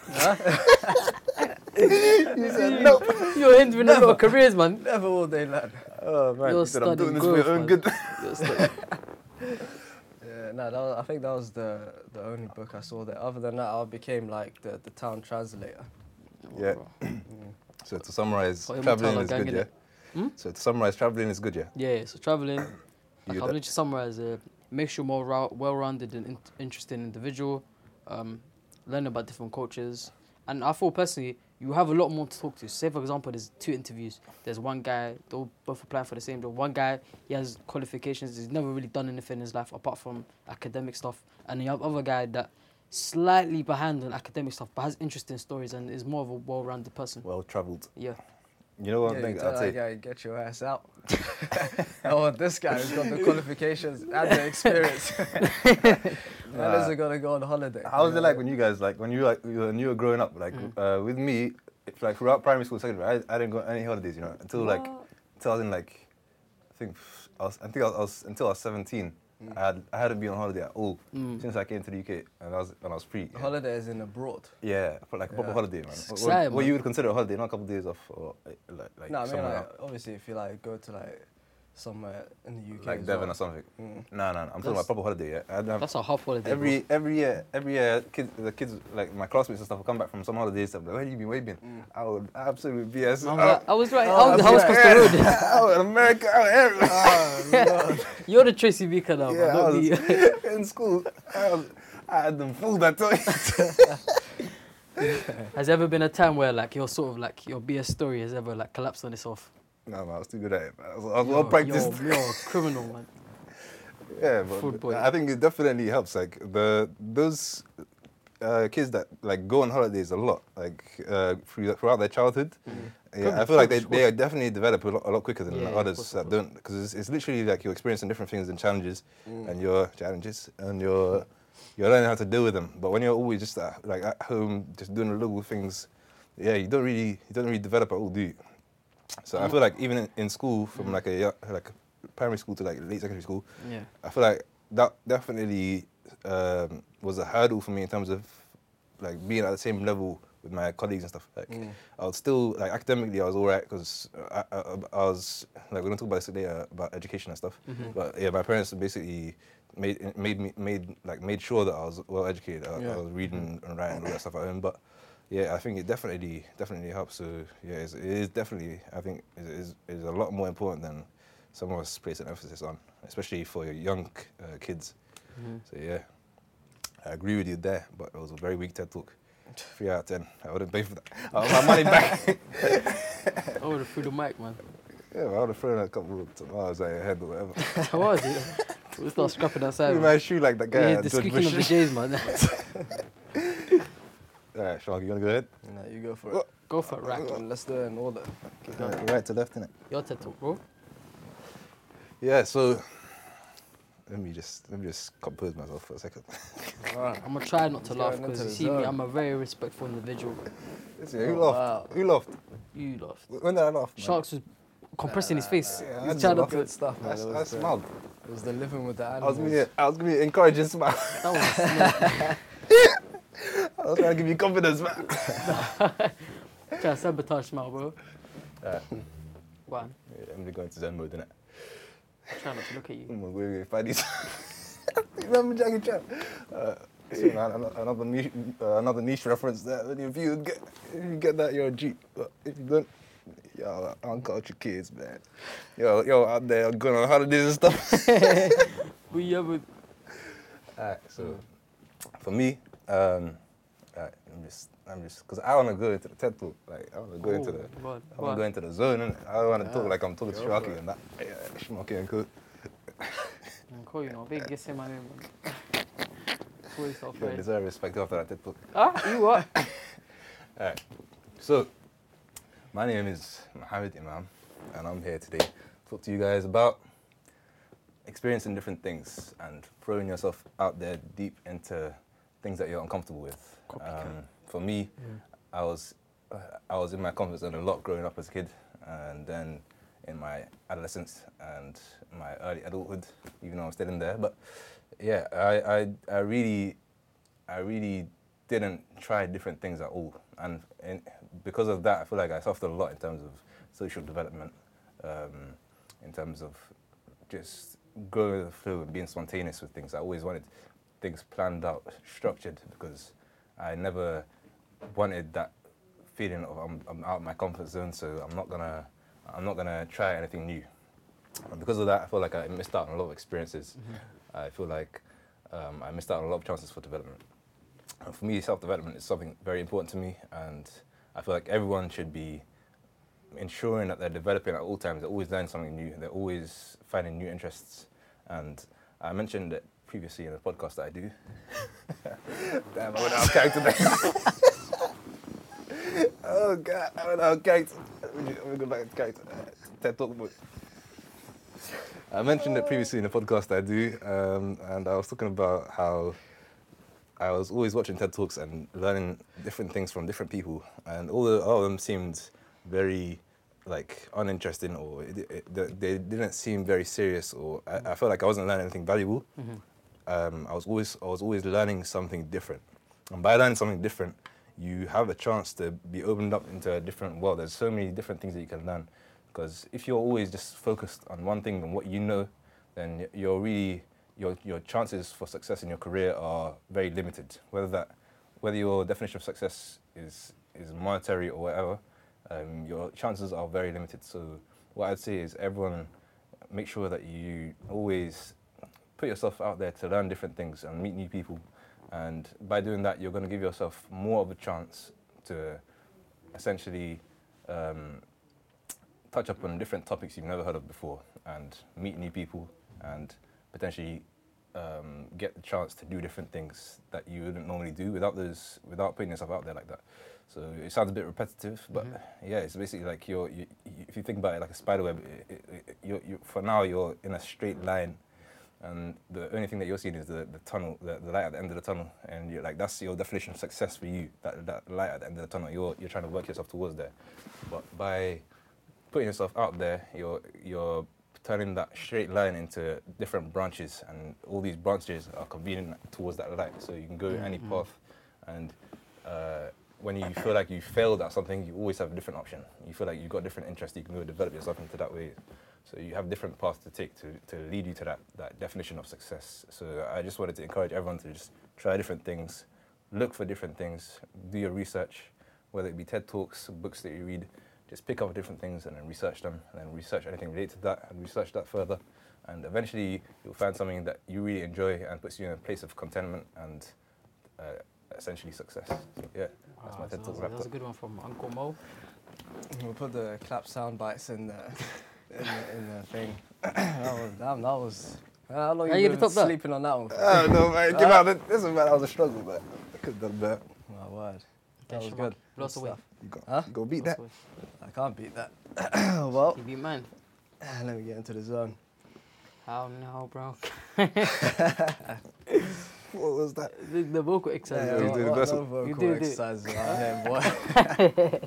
S6: You're hindering a lot of careers, man.
S4: Never will they learn.
S5: Oh man,
S6: You're
S5: he said, I'm doing
S6: studying
S5: this for
S6: growth,
S5: your own
S6: man.
S5: good.
S6: You're studying-
S4: Yeah, no, that was, I think that was the the only book I saw there. Other than that, I became like the, the town translator.
S5: Yeah.
S6: bro.
S5: So to summarize,
S6: Got him on
S5: traveling
S6: Tyler
S5: is
S6: Gang,
S5: good, yeah.
S6: innit?
S5: So to summarize, traveling is good, yeah.
S6: Yeah, so traveling, like I'll
S5: You got
S6: literally summarize it. Makes you more rou- well-rounded and in- interesting individual. Um, learn about different cultures, and I feel personally you have a lot more to talk to. Say for example, there's two interviews. There's one guy, they all both applying for the same job. One guy, he has qualifications. He's never really done anything in his life apart from academic stuff, and the other guy that slightly behind on academic stuff but has interesting stories and is more of a well-rounded person.
S5: Well traveled.
S6: Yeah.
S5: You know one
S4: yeah,
S5: thing
S4: you tell
S5: I'd say.
S4: that guy, get your ass out. I want this guy who's got the qualifications and the experience. Man isn't gonna go on holiday.
S5: How was it like when you guys like when you like you- when you were growing up? Like
S4: Mm.
S5: uh, with me, it's like throughout primary school, secondary, I, I didn't go on any holidays, you know, until like until I was in like I think I was I think I was, I was until I was seventeen.
S4: Mm.
S5: I had I hadn't been on holiday at all since I came to the UK and I was and I was free. Yeah,
S4: Holidays in abroad.
S5: yeah for like a proper
S4: Yeah.
S5: holiday, man.
S6: It's
S5: What-
S6: exciting,
S5: what, what
S6: man.
S5: you would consider a holiday, not a couple of days off or uh, like like
S4: no, I mean
S5: somewhere
S4: like,
S5: out,
S4: obviously if you like go to like somewhere in the UK.
S5: like
S4: as
S5: Devon
S4: well.
S5: or something.
S4: Mm.
S5: No, no, no. I'm talking
S6: That's-
S5: about proper holiday. Yeah, I didn't have
S6: That's a half holiday. bro.
S5: Every every year, every year, kids, the kids like my classmates and stuff will come back from some holidays. I'm like, where you been? Where you been? Out absolute BS.
S6: I was,
S5: Out,
S6: like, I was right.
S4: Oh,
S6: I was,
S4: I
S6: I was
S4: was
S6: across
S4: right.
S6: the road.
S5: out in America, out everywhere.
S6: You're the Tracy Beaker now,
S5: yeah,
S6: man.
S5: I
S6: Not me.
S5: was in school. I, was, I had them fooled. I tell you.
S6: Has there ever been a time where like your sort of like your BS story has ever like collapsed on itself?
S5: no, man, I was too good at it. man. I was, I was
S6: You're-
S5: well practiced.
S6: You're, you're a criminal, man.
S5: Yeah,
S6: Food
S5: but
S6: boy.
S5: I think it definitely helps. Like the those uh, kids that like go on holidays a lot, like uh, through- throughout their childhood.
S6: Mm-hmm.
S5: Yeah, I feel like they, they are definitely develop a lot, a lot quicker than
S6: Yeah,
S5: like,
S6: yeah, of
S5: others
S6: course, Mm. of
S5: that don't, because it's, it's literally like you're experiencing different things and challenges, and your challenges, and your you're learning how to deal with them. But when you're always just at, like at home, just doing little things, yeah, you don't really you don't really develop at all, do you? So
S6: Mm.
S5: I feel like even in, in school, from like a yo- like primary school to like late secondary school,
S6: Yeah.
S5: I feel like that definitely um, was a hurdle for me in terms of like being at the same level with my colleagues and stuff. Like I was still like academically I was alright because I, I, I was like we're gonna talk about this later about education and stuff. But yeah, my parents basically made made me made like made sure that I was well educated. I, I
S4: Yeah.
S5: was reading and writing and all that stuff at home, but. Yeah, I think it definitely definitely helps. So yeah, it's, it is definitely I think it is is a lot more important than some of us place an emphasis on, especially for your young uh, kids. So yeah, I agree with you there, but it was a very weak TED talk. Three out of ten. I wouldn't pay for that. I want my money back.
S6: I would have threw the mic, man.
S5: yeah, I would have thrown a couple of tomatoes at your head or whatever.
S6: How was it? We'll start scrapping outside.
S5: Threw
S6: Man.
S5: my shoe like that
S6: We
S5: guy.
S6: hear
S5: at
S6: the
S5: George
S6: squeaking of the
S5: Bush.
S6: J's, man.
S5: Alright, Shark, you wanna go ahead?
S4: No, you go for it.
S6: Go for it, Rack.
S4: Let's do it in order.
S5: Alright, right to left, innit?
S6: Your TED talk, bro.
S5: Yeah. So let me just let me just compose myself for a second.
S4: Alright.
S6: I'm gonna try not to
S4: He's
S6: laugh
S4: going into
S6: because you
S4: the
S6: see me,
S4: zone.
S6: I'm a very respectful individual.
S5: Listen, who
S4: Oh,
S5: laughed?
S4: wow.
S5: Who laughed?
S6: You laugh.
S5: When did I laugh? man?
S6: Sharks was compressing his face. He's
S5: nah, I
S6: trying
S5: just
S6: not
S5: laugh
S6: to.
S4: Good stuff,
S5: I,
S4: man.
S5: s-
S4: It
S5: I
S4: was, the-
S5: smiled.
S4: it was the living with the
S5: I was
S4: animals.
S5: gonna, I was gonna encourage you to smile.
S6: That was
S5: I was trying to give you confidence, man.
S6: trying to sabotage my bro.
S5: Alright.
S6: Wow.
S5: I'm just going to Zen mode, innit?
S6: Try not to look at you.
S5: I'm going to fight Remember Jackie Chan? Uh, so man, ano- another niche, uh, another niche reference there. And if you get, if you get that, you're a G. But if you don't, yo, uncultured kids, man. Yo, yo, out there going on holidays and stuff.
S6: We ever
S5: Alright, so
S4: Mm.
S5: for me, um, alright, I'm just, I'm just, cause I wanna go into the TED talk. Like I wanna go into
S6: Oh,
S5: the,
S6: God,
S5: I wanna
S6: why?
S5: go into the zone. Innit? I wanna talk
S4: Yeah,
S5: like I'm talking to
S4: go for
S5: Sharky
S4: it.
S5: and that. Yeah, Sharky and cool.
S6: Mm, Cool, you know, big guess in my name. man. Before you start
S5: You don't
S6: praying.
S5: deserve respect after that TED talk.
S6: Ah, you what?
S5: Alright, so my name is Mohammed Imam, and I'm here today to talk to you guys about experiencing different things and throwing yourself out there deep into things that you're uncomfortable with. Um, for me, I was uh, I was in my comfort zone a lot growing up as a kid, and then in my adolescence and my early adulthood, even though I'm still in there. But yeah, I, I, I really, I really didn't try different things at all, and in, because of that, I feel like I suffered a lot in terms of social development, um, in terms of just going with the flow and being spontaneous with things. I always wanted things planned out, structured, because I never wanted that feeling of I'm, I'm out of my comfort zone, so I'm not gonna I'm not gonna try anything new. And because of that, I feel like I missed out on a lot of experiences. I feel like um, I missed out on a lot of chances for development. And for me, self development is something very important to me, and I feel like everyone should be ensuring that they're developing at all times. They're always learning something new. They're always finding new interests. And I mentioned it previously in a podcast that I do. Damn, I went out of character there. oh god, I went out of character. I'm gonna go back to character. TED Talk book. I mentioned it previously in a podcast that I do, um, and I was talking about how I was always watching TED Talks and learning different things from different people, and all, the, all of them seemed very like uninteresting or it, it, they- they didn't seem very serious or I, I felt like I wasn't learning anything valuable. Um, I was always I was always learning something different, and by learning something different, you have a chance to be opened up into a different world. There's so many different things that you can learn, because if you're always just focused on one thing and what you know, then y- you're really your your chances for success in your career are very limited. Whether that whether your definition of success is is monetary or whatever, um, your chances are very limited. So what I'd say is everyone make sure that you always put yourself out there to learn different things and meet new people. And by doing that, you're going to give yourself more of a chance to essentially um, touch up on different topics you've never heard of before and meet new people and potentially um, get the chance to do different things that you wouldn't normally do without those without putting yourself out there like that. So it sounds a bit repetitive, but yeah, it's basically like you're, you, you, if you think about it like a spider web, i- i- i- you're, you for now you're in a straight line, and the only thing that you're seeing is the, the tunnel, the, the light at the end of the tunnel, and you're like that's your definition of success for you. That, that light at the end of the tunnel, you're you're trying to work yourself towards there, but by putting yourself out there, you're you're turning that straight line into different branches, and all these branches are convening towards that light. So you can go any path, and uh, when you feel like you failed at something, you always have a different option. You feel like you've got different interests, you can go develop yourself into that way. So you have different paths to take to, to lead you to that, that definition of success. So I just wanted to encourage everyone to just try different things, look for different things, do your research, whether it be TED Talks, books that you read, just pick up different things and then research them, and then research anything related to that, and research that further. And eventually, you'll find something that you really enjoy and puts you in a place of contentment and uh, essentially success. So, yeah, that's my
S6: Wow, so
S5: TED
S6: that, was,
S5: Talk
S6: Ah, that
S5: wrapped
S6: was a
S5: up.
S6: good one from Uncle Mo.
S4: We'll put the clap sound bites in the in the, in the thing. that was, damn, that was. How long
S6: Are
S4: you
S6: you
S4: been
S6: the top dog?
S4: sleeping on that one? For?
S5: Oh no, man! Give out the, this is man. That was a struggle, but I could have done better.
S4: My word,
S6: Yeah,
S4: that was
S6: Shamar,
S4: good.
S6: Lost
S4: Good
S6: away.
S4: stuff.
S5: You got,
S4: Huh?
S5: you got beat that.
S4: I can't beat that. well,
S6: He beat mine.
S4: let me get into the zone.
S6: How now, bro?
S5: What was that?
S6: the, the vocal exercise.
S5: yeah,
S6: bro.
S5: you do the
S4: what-
S5: best
S4: what
S5: one.
S4: vocal
S6: You do, do.
S4: exercises are there, boy.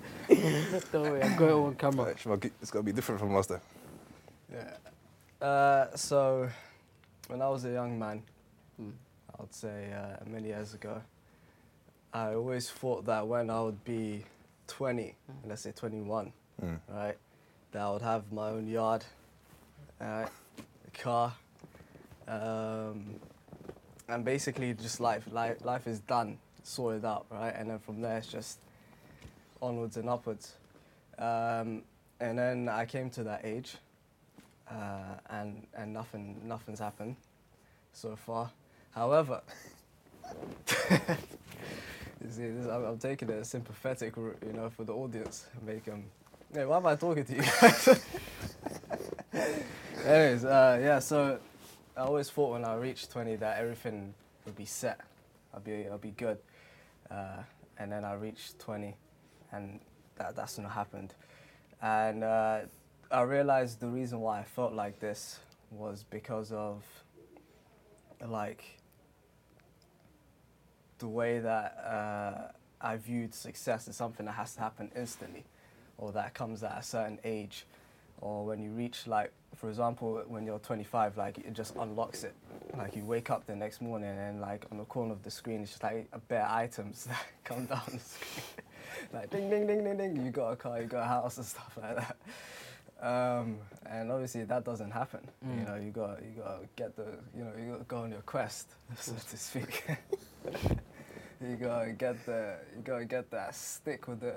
S6: Don't worry, I got it on camera.
S5: Right, Shemaki, it's gonna be different from last time.
S4: Yeah. Uh, so, when I was a young man,
S6: Mm.
S4: I'd say uh, many years ago, I always thought that when I would be 20, let's say 21,
S5: Mm.
S4: right, that I would have my own yard, uh, a car, um, and basically just life, life, life is done, sorted out, right, and then from there it's just onwards and upwards. Um, and then I came to that age, uh, and and nothing nothing's happened so far. However, you see, this, I'm, I'm taking a sympathetic route, you know, for the audience, make them. Hey, why am I talking to you? guys? Anyways, uh, yeah. So I always thought when I reached 20 that everything would be set, I'd be I'd be good, uh, and then I reached 20, and that that's not happened, and. Uh, I realized the reason why I felt like this was because of like the way that uh, I viewed success as something that has to happen instantly, or that comes at a certain age, or when you reach like for example when you're 25 like it just unlocks it like you wake up the next morning and like on the corner of the screen it's just like a bare items that come down the screen like ding ding ding ding ding you got a car you got a house and stuff like that um, and obviously that doesn't happen you know you got you got to get the you know you got to go on your quest so to speak you gotta get the you gotta get that stick with the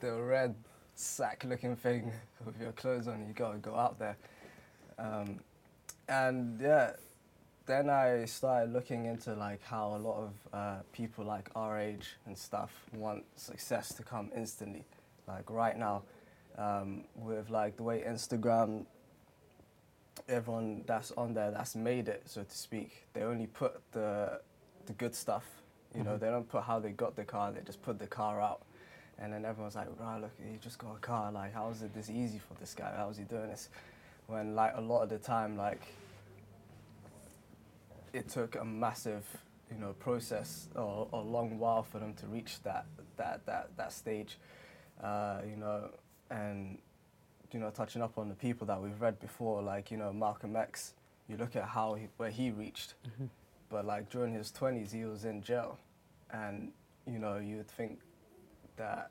S4: the red sack looking thing with your clothes on. You gotta go out there. Um, and yeah, then I started looking into like how a lot of uh, people like our age and stuff want success to come instantly, like right now, um, with like the way Instagram everyone that's on there that's made it, so to speak. They only put the the good stuff. You know, they don't put how they got the car. They just put the car out, and then everyone's like, "Right, look, he just got a car. Like, how is it this easy for this guy? How is he doing this?" When like a lot of the time, like it took a massive, you know, process or a long while for them to reach that that that that stage, uh, you know, and you know, touching up on the people that we've read before, like you know Malcolm X. You look at how he, where he reached, but like during his twenties, he was in jail, and you know you'd think that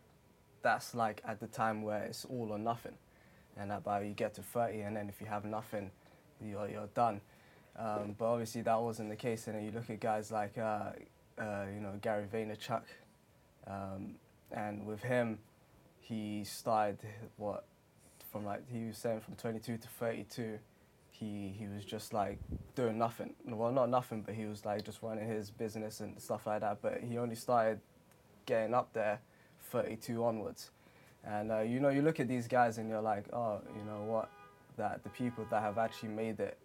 S4: that's like at the time where it's all or nothing, and that by you get to thirty, and then if you have nothing, you're you're done. Um, but obviously that wasn't the case, and then you look at guys like uh, uh, you know Gary Vaynerchuk, um, and with him, he started what from like he was saying from 22 to 32 he he was just like doing nothing well not nothing but he was like just running his business and stuff like that but he only started getting up there 32 onwards and uh, you know you look at these guys and you're like oh you know what that the people that have actually made it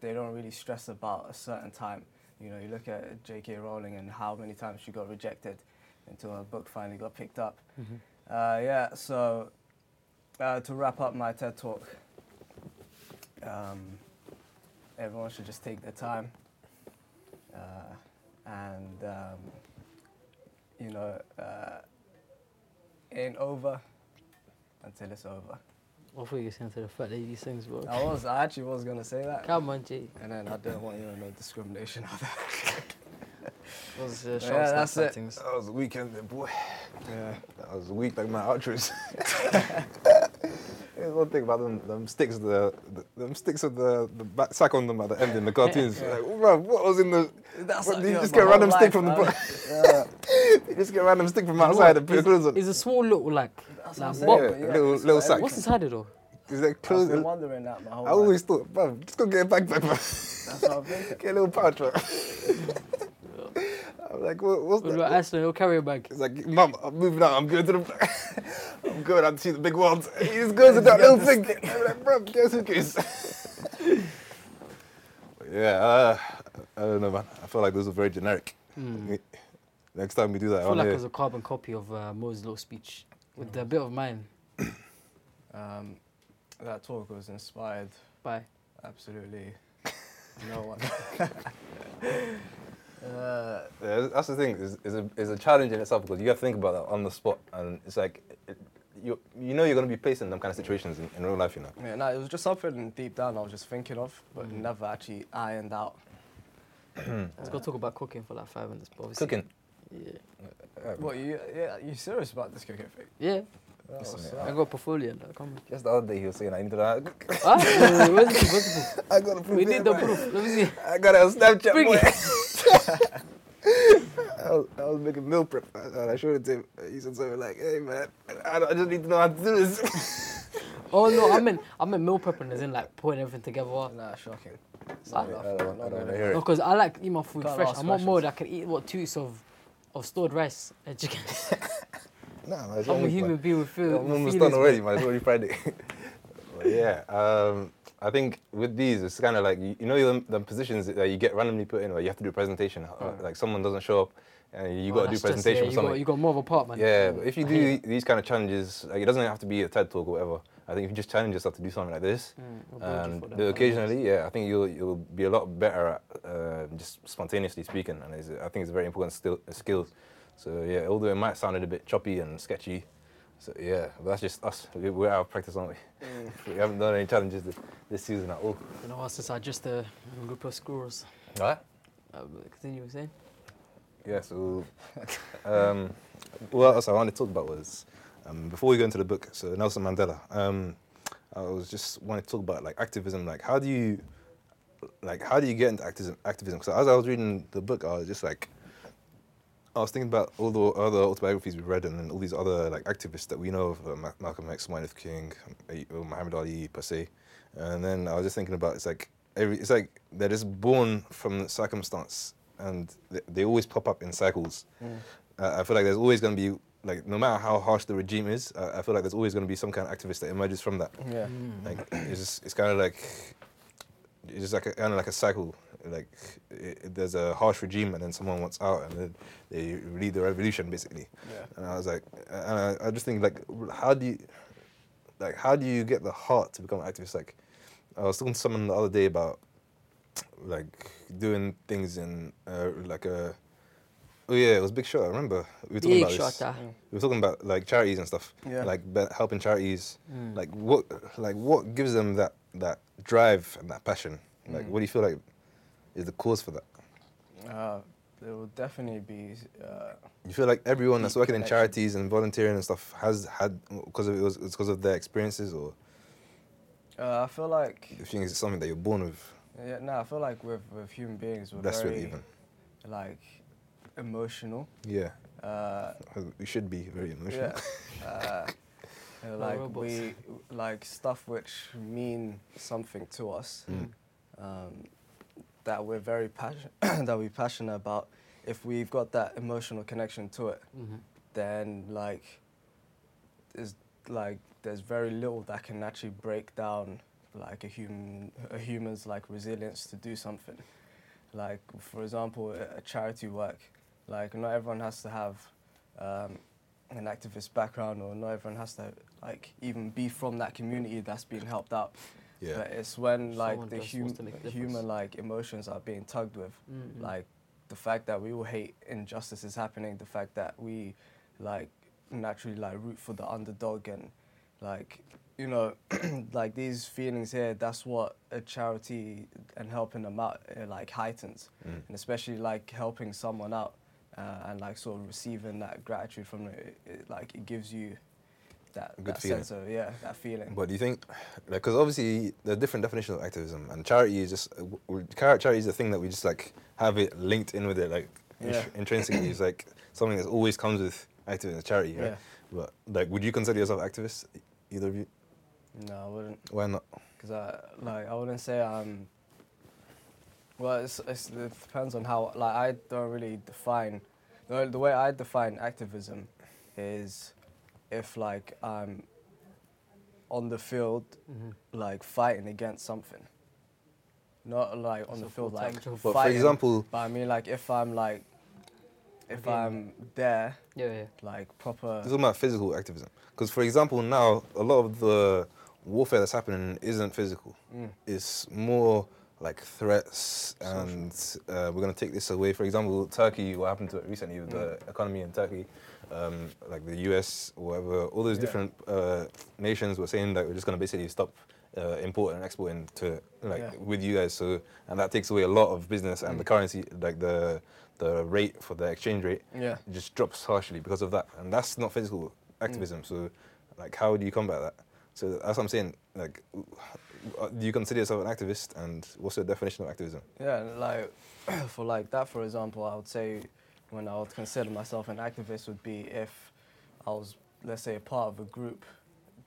S4: they don't really stress about a certain time. You know, you look at J.K. Rowling and how many times she got rejected until her book finally got picked up. Uh, yeah, so uh, to wrap up my TED talk, um, everyone should just take their time uh, and, um, you know, uh, ain't over until it's over.
S6: I thought you were saying to the fact that these things, bro.
S4: I was, I actually was going to say that.
S6: Come on, G.
S4: and then I don't want you to know discrimination out there.
S6: Those, uh,
S4: Yeah,
S6: shots,
S4: that's
S6: that
S4: it.
S6: things.
S5: That was a weekend, then, boy.
S4: Yeah.
S5: That was weak, like my outros. There's one thing about them, them sticks, the, the them sticks with the, the back sack on them at the end in the cartoons. Like, bruv, what was in the?
S4: That's
S5: what,
S4: like,
S5: you
S4: yeah,
S5: just
S4: my
S5: get
S4: whole
S5: random stick
S4: life,
S5: from the.
S4: man.
S5: Bro- you just get random stick from outside and put your
S6: He's,
S5: clothes on.
S6: he's a small little like,
S4: That's what
S6: like
S4: I'm saying,
S6: what?
S5: yeah,
S4: but yeah,
S5: little
S4: it's
S5: little
S4: like-
S5: sack.
S6: What's inside it though?
S5: Is that
S4: I've
S5: clothes?
S4: been
S5: I
S4: wondering that my whole life.
S5: always thought, bruv, just go get a backpack, bruv.
S4: That's what I'm thinking.
S5: get a little pouch, bruv. I'm like, what, what's
S6: What
S5: that?
S6: about Iceland? He'll carry a bag.
S5: It's like, Mum, I'm moving out. I'm going to the. I'm going out to see the big world. He just goes to that little thing. I'm like, bro, guess who goes? yeah, uh, I don't know, man. I feel like those are very generic. Next time we do that,
S6: Hmm. I feel
S5: I on
S6: like it
S5: here,
S6: was a carbon copy of uh, Mo's little speech with a bit of mine.
S4: Um, that talk was inspired
S6: Bye.
S4: absolutely no one. uh,
S5: Yeah, that's the thing. Is is a, is a challenge in itself because you have to think about that on the spot, and it's like. It, you, you know you're going to be placed in them kind of situations in, in real life, you know.
S4: yeah, no, it was just something deep down I was just thinking of, but
S5: Mm.
S4: never actually ironed out.
S6: Let's go talk about cooking for like five minutes. But obviously-
S5: Cooking.
S6: Yeah.
S4: What you? Yeah, you serious about this cooking thing?
S6: Yeah.
S4: Oh, so-
S6: I got a portfolio. Like, come on.
S5: Just the other day he was saying, I need to. uh,
S6: Ah, wait, wait, wait, where's the where's the
S5: I got to
S6: proof? We need the proof. Let me see.
S5: I got it on Snapchat.
S6: Bring
S5: boy.
S6: it.
S5: I, was, I was making meal prep and I showed it to him. He said something like, "Hey man, I, don't- I just need to know how to do this."
S6: Oh no, I'm in. I'm in meal prepping, as in like putting everything together. No,
S4: nah, shocking. It's
S6: Ah.
S4: not enough.
S5: I don't- I
S4: Not
S5: don't wanna
S4: really.
S5: hear it.
S6: because I like to eat my food
S4: Can't
S6: fresh.
S4: ask
S6: I'm not
S4: questions.
S6: mode I can eat what two weeks of, of stored rice and chicken.
S5: Nah, man, it's
S6: I'm a
S5: almost,
S6: human
S5: man.
S6: being with feel.
S5: I'm
S6: with
S5: almost
S6: feelings,
S5: done already, man. It's already Friday. but yeah, um, I think with these, it's kind of like you, you know the, the positions that you get randomly put in, where you have to do a presentation. uh, Like someone doesn't show up, and you
S6: Oh,
S5: got to
S6: that's
S5: do
S6: just-
S5: presentation
S6: yeah,
S5: for
S6: you
S5: something.
S6: Got, you got more of a part, man.
S5: Yeah, but if you
S6: I hate
S5: do these kind of challenges, like it doesn't have to be a TED talk or whatever. I think if you just challenge yourself to do something like this,
S6: Mm, we'll build you
S5: and
S6: for that.
S5: do it occasionally, yeah, I think you'll you'll be a lot better at uh, just spontaneously speaking, and uh, it's, I think it's a very important still, skill. So yeah, although it might sound a little bit choppy and sketchy, So yeah, but that's just us. We- We're out of practice, aren't we?
S6: Mm.
S5: we haven't done any challenges this, this season at all.
S6: You know, since I just uh, group of scores.
S5: All right.
S6: Uh, but continue saying.
S5: Yeah, so um, what else I wanted to talk about was um, before we go into the book, so Nelson Mandela. Um, I was just wanted to talk about like activism, like how do you, like how do you get into activism? Activism. So as I was reading the book, I was just like, I was thinking about all the other autobiographies we've read and, then all these other like activists that we know of, uh, Ma- Malcolm X, Martin Luther King, um, uh, Muhammad Ali, per se. And then I was just thinking about it's like every it's like they're just born from circumstance and they, they always pop up in cycles. Uh, I feel like there's always going to be like no matter how harsh the regime is, uh, I feel like there's always going to be some kind of activist that emerges from that.
S4: Yeah.
S5: Like it's just, it's kind of like it's just like a, kind of like a cycle. Like it, it- there's a harsh regime, and then someone wants out, and then they lead the revolution basically.
S4: Yeah.
S5: And I was like, and I, I just think like, how do you, like, how do you get the heart to become an activist? Like, I was talking to someone the other day about like doing things in uh, like a. Oh yeah, it was Big Shot. I remember we were talking
S6: Big
S5: about this.
S6: Shot, ah.
S5: We were talking about like charities and stuff,
S4: Yeah.
S5: like be- helping charities.
S4: Mm.
S5: Like what, like what gives them that that drive and that passion? Like,
S4: Mm.
S5: what do you feel like is the cause for that?
S4: Uh, there will definitely be. Uh,
S5: You feel like everyone that's
S4: Deep
S5: working in
S4: connection.
S5: charities and volunteering and stuff has had because of it was it's because of their experiences, or
S4: uh, I feel like.
S5: if you think it's something that you're born with.
S4: Yeah, no, I feel like with, with human beings, we're
S5: That's
S4: very
S5: really even.
S4: like emotional.
S5: Yeah,
S4: Uh,
S5: we should be very emotional.
S4: yeah. Uh, and, like
S6: robots.
S4: we like stuff which mean something to us
S5: Mm.
S4: um, that we're very passionate that we're passionate about. If we've got that emotional connection to it,
S6: Mm-hmm.
S4: then like there's like there's very little that can actually break down like a human a human's like resilience to do something. Like for example, a, a charity work. Like not everyone has to have um, an activist background, or not everyone has to like even be from that community that's being helped out.
S5: Yeah.
S4: But it's when like
S6: Someone
S4: the
S6: just wants to
S4: hum-
S6: make a difference.
S4: human
S6: Mm-hmm.
S4: like emotions are being tugged with, like the fact that we all hate injustice is happening, the fact that we like naturally like root for the underdog and like you know like these feelings here that's what a charity and helping them out uh, like heightens
S5: Mm.
S4: and especially like helping someone out uh, and like sort of receiving that gratitude from it, it like it gives you that,
S5: Good
S4: that
S5: feeling.
S4: sense of yeah that feeling
S5: But do you think, like, because obviously there are different definitions of activism, and charity is just uh, w- w- char- charity is a thing that we just like have it linked in with it, like intr-
S4: Yeah.
S5: intrinsically. it's like something that always comes with activism, charity. Right?
S4: Yeah.
S5: But like, would you consider yourself activist? e- Either of you?
S4: no I wouldn't
S5: Why not?
S4: because I like I wouldn't say I'm. Well, it's, it's, it depends on how. Like I don't really define. The, the way I define activism is if like I'm on the field, like fighting against something. Not like on
S6: It's
S4: the
S6: a
S4: field,
S6: full-time
S4: like
S6: job. But
S5: for
S4: fighting,
S5: example-
S4: But I mean, like if I'm like, if
S6: Again.
S4: I'm there,
S6: Yeah, yeah.
S4: like proper.
S5: It's all about physical activism. Because, for example, now a lot of the warfare that's happening isn't physical.
S4: Mm.
S5: It's more like threats, and uh, we're going to take this away. For example, Turkey, what happened to it recently with
S4: Mm.
S5: the economy in Turkey, um, like the US, or whatever, all those
S4: Yeah.
S5: different uh, nations were saying that we're just going to basically stop. Uh, importing and exporting to like
S4: Yeah. Mm.
S5: with you guys, so and that takes away a lot of business and the currency, like the the rate for the exchange rate,
S4: Yeah.
S5: just drops harshly because of that, and that's not
S6: Mm.
S5: physical activism. So, like, how do you combat that? So that's what I'm saying. Like, uh, do you consider yourself an activist, and what's your definition of activism?
S4: Yeah, like for like that, for example, I would say when I would consider myself an activist would be if I was, let's say, a part of a group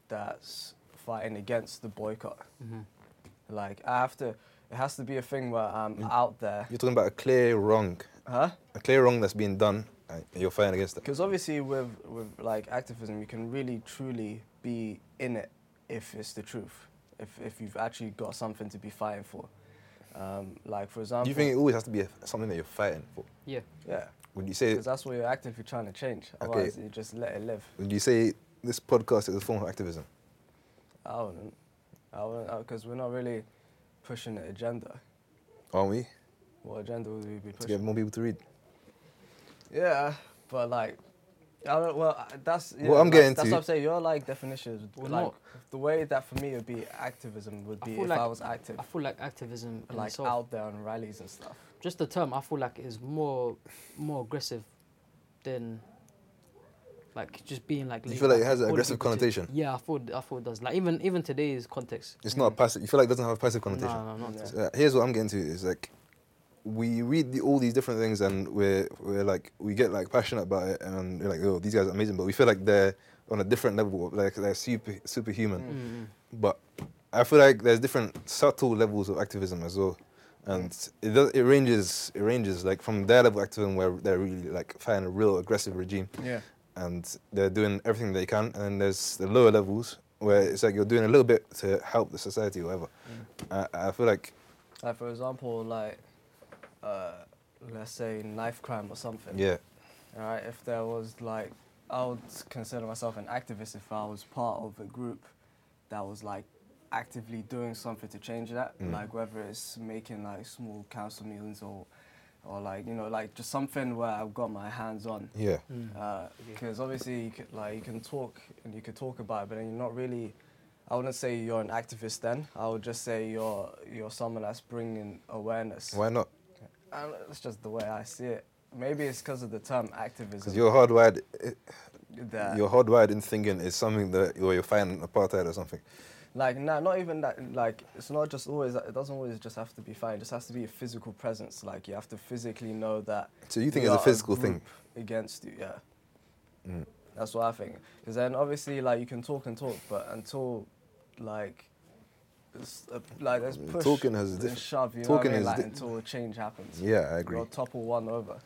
S4: that's fighting against the boycott.
S5: Mm-hmm.
S4: Like I have to, it has to be a thing where I'm out there,
S5: You're talking about a clear wrong,
S4: huh?
S5: a clear wrong that's being done, and you're fighting against it.
S4: Because obviously, with with like activism, you can really truly be in it if it's the truth, if if you've actually got something to be fighting for. Um, like for example,
S5: Do you think it always has to be a, something that you're fighting for?
S6: Yeah.
S4: yeah.
S5: Would you say?
S4: Because that's what you're actively trying to change.
S5: Okay.
S4: Otherwise, you just let it live.
S5: Would you say this podcast is a form of activism?
S4: I wouldn't. I wouldn't, because we're not really pushing the agenda.
S5: Aren't we?
S4: What agenda would we be
S5: To get
S4: pushing?
S5: more people to read.
S4: Yeah, but like, I don't, well, I- that's yeah,
S5: What I'm
S4: that's,
S5: getting
S4: that's
S5: to-
S4: what I'm saying. Your like definition is
S6: Or
S4: like
S6: not.
S4: the way that for me would be activism would
S6: I
S4: be
S6: feel
S4: if
S6: like-
S4: I was active,
S6: I feel like activism in
S4: like
S6: itself,
S4: out there on rallies and stuff.
S6: just the term, I feel like is more more aggressive than like just being like.
S5: You
S6: laid
S5: feel like it
S6: back.
S5: has an
S6: All the
S5: aggressive
S6: people to-
S5: connotation?
S6: yeah, I thought I thought it does. Like even even today's context.
S5: It's not a passive. You feel like it doesn't have a passive
S6: Mm. No,
S5: connotation.
S6: no, not.
S4: Yeah.
S5: So, uh, here's what I'm getting to is like, we read the, all these different things and we're we're like we get like passionate about it and we're like oh these guys are amazing, but we feel like they're on a different level, like they're super superhuman. But I feel like there's different subtle levels of activism as well. And it, does, it ranges, it ranges like from their level of activism where they're really like fighting a real aggressive regime,
S4: Yeah.
S5: and they're doing everything they can. And then there's the lower levels where it's like you're doing a little bit to help the society or whatever.
S4: Mm.
S5: I, I feel like
S4: Like for example, like uh, let's say knife crime or something.
S5: yeah,
S4: All right. If there was like, I would consider myself an activist if I was part of a group that was like actively doing something to change that.
S5: Mm.
S4: Like whether it's making like small council meetings or, or like you know like just something where I've got my hands on.
S5: yeah,
S4: because obviously you could, like you can talk and you could talk about it, but then you're not really. I wouldn't say you're an activist then. I would just say you're you're someone that's bringing awareness.
S5: why not?
S4: I don't know, that's just the way I see it. Maybe it's because of the term activism.
S5: Because you're hardwired, eh,
S4: that,
S5: you're hardwired in thinking it's something that or you're fighting apartheid or something.
S4: like nah, not even that. Like it's not just always. It doesn't always just have to be fine. It just has to be a physical presence. Like you have to physically know that.
S5: So you think
S4: we
S5: it's a
S4: are
S5: physical thing? Mm.
S4: group against you? Yeah. That's what I think. Because then obviously, like you can talk and talk, but until like. It's uh, like there's push
S5: Mm, Talking has
S4: and
S5: diff-
S4: shove, you know what I
S5: talking
S4: mean?
S5: is
S4: Like,
S5: di-
S4: until a change happens.
S5: Yeah, I agree. Mm.
S4: You'll topple one over.